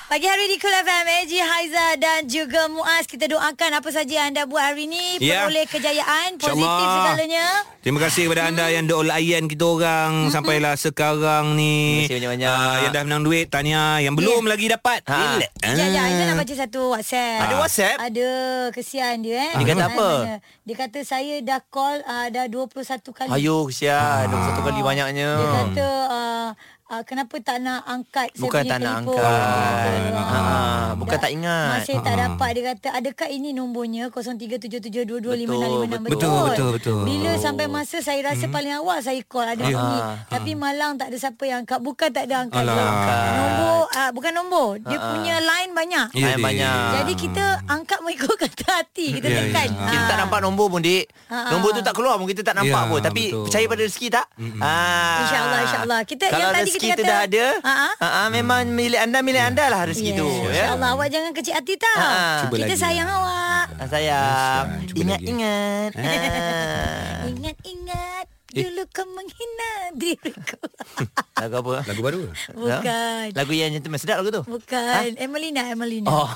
[SPEAKER 1] Pagi hari di Cool FM, AG Haiza dan juga Muaz. Kita doakan apa saja anda buat hari ini.
[SPEAKER 4] Ya.
[SPEAKER 1] Peroleh kejayaan, positif
[SPEAKER 4] InsyaAllah.
[SPEAKER 1] segalanya.
[SPEAKER 4] Terima kasih kepada anda
[SPEAKER 2] Hmm.
[SPEAKER 4] yang dok layan kita orang sampailah sekarang ni.
[SPEAKER 2] Terima kasih banyak-banyak.
[SPEAKER 4] Ah, yang dah menang duit tanya, yang belum lagi dapat.
[SPEAKER 2] Ha.
[SPEAKER 4] relax.
[SPEAKER 1] Sekejap, sekejap. Aizah nak
[SPEAKER 4] Ah.
[SPEAKER 1] baca satu WhatsApp.
[SPEAKER 2] Ada WhatsApp?
[SPEAKER 1] Ada. Kesian dia eh.
[SPEAKER 2] Dia kata
[SPEAKER 1] Mana,
[SPEAKER 2] apa?
[SPEAKER 1] mana. Dia kata saya dah call uh, dah 21 kali.
[SPEAKER 2] Ayo kesian ah. Satu kali banyaknya
[SPEAKER 1] Dia kata uh, uh, kenapa tak nak angkat saya
[SPEAKER 2] Bukan
[SPEAKER 1] punya
[SPEAKER 2] tak nak
[SPEAKER 1] telefon?
[SPEAKER 2] angkat.
[SPEAKER 1] Dia kata,
[SPEAKER 2] Ah,
[SPEAKER 1] ah,
[SPEAKER 2] bukan tak ingat.
[SPEAKER 1] Masih tak dapat Dia kata adakah ini nombornya 0377225656
[SPEAKER 2] Betul,
[SPEAKER 4] betul, betul, betul.
[SPEAKER 1] Bila sampai masa saya rasa paling awal saya call ada bunyi Tapi malang tak ada siapa yang angkat Bukan tak ada angkat
[SPEAKER 4] Alah.
[SPEAKER 1] Zam. Nombor uh, Bukan nombor Dia punya line banyak
[SPEAKER 4] Ya, dia.
[SPEAKER 2] Lain banyak
[SPEAKER 1] Jadi kita angkat mengikut kata hati Kita
[SPEAKER 4] Ya,
[SPEAKER 1] tekan
[SPEAKER 4] ya.
[SPEAKER 1] Ah.
[SPEAKER 2] Kita tak nampak nombor pun dik
[SPEAKER 1] Ha, ha.
[SPEAKER 2] Nombor tu tak keluar pun Kita tak nampak
[SPEAKER 4] Ya,
[SPEAKER 2] pun Tapi
[SPEAKER 4] betul.
[SPEAKER 2] percaya pada rezeki tak? Ah.
[SPEAKER 1] InsyaAllah, insyaAllah. Kita-
[SPEAKER 2] Kalau
[SPEAKER 1] yang tadi
[SPEAKER 2] rezeki
[SPEAKER 1] kita
[SPEAKER 2] tu
[SPEAKER 1] kata-
[SPEAKER 2] dah ada
[SPEAKER 1] Ha, ha.
[SPEAKER 2] ha,
[SPEAKER 4] Hmm.
[SPEAKER 2] ha, Memang milik anda Milik anda lah rezeki
[SPEAKER 1] Yes.
[SPEAKER 2] tu ya?
[SPEAKER 1] InsyaAllah awak jangan kecil hati tau
[SPEAKER 2] Ha, ha.
[SPEAKER 4] Cuba
[SPEAKER 1] Kita
[SPEAKER 4] lagi.
[SPEAKER 1] sayang awak
[SPEAKER 2] Ah, Sayang
[SPEAKER 4] Yes, Ya, cuba lagi. Ah.
[SPEAKER 2] Ingat-ingat Ha.
[SPEAKER 1] Ingat-ingat
[SPEAKER 4] Eh.
[SPEAKER 1] Dulu kau menghina diriku
[SPEAKER 2] Lagu apa?
[SPEAKER 4] Lagu baru. ke?
[SPEAKER 1] Bukan
[SPEAKER 2] Lagu yang gentleman Sedap lagu tu
[SPEAKER 1] Bukan Emelina Emelina
[SPEAKER 2] Oh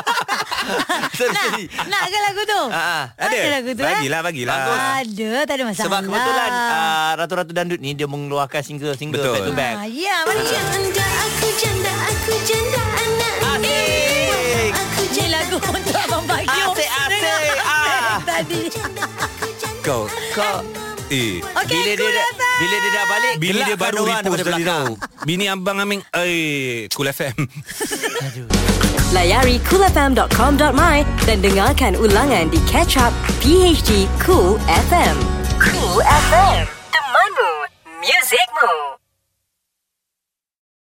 [SPEAKER 2] Sorry,
[SPEAKER 1] Nak
[SPEAKER 2] sorry.
[SPEAKER 1] Nak ke lagu tu
[SPEAKER 2] Ha, ha.
[SPEAKER 1] Ada lagu tu eh?
[SPEAKER 4] Bagilah, bagilah.
[SPEAKER 1] Ada tak ada masalah
[SPEAKER 2] Sebab kebetulan ah, Ratu-ratu dandut ni Dia mengeluarkan single-single
[SPEAKER 4] Betul.
[SPEAKER 2] Back to back
[SPEAKER 1] ah, Ya mana dia
[SPEAKER 9] Janda aku janda aku janda anak
[SPEAKER 2] Asik
[SPEAKER 9] Aku
[SPEAKER 1] Ini lagu untuk Abang Bagio
[SPEAKER 2] Asik, asik. Ah.
[SPEAKER 1] Tadi
[SPEAKER 4] Kau.
[SPEAKER 2] Kau
[SPEAKER 4] Eh.
[SPEAKER 1] Okay
[SPEAKER 2] bila dia
[SPEAKER 1] Cool
[SPEAKER 2] dah,
[SPEAKER 1] FM.
[SPEAKER 2] bila dia dah balik
[SPEAKER 4] Bini dia
[SPEAKER 2] gelakkan
[SPEAKER 4] baru
[SPEAKER 2] orang
[SPEAKER 4] repost
[SPEAKER 2] daripada
[SPEAKER 4] tadi
[SPEAKER 2] belakang.
[SPEAKER 4] tau. Bini abang Aming. Eh, Cool FM.
[SPEAKER 3] Layari coolfm.com.my Dan dengarkan ulangan di Catch Up PHD Cool FM Cool FM Temanmu Music Moves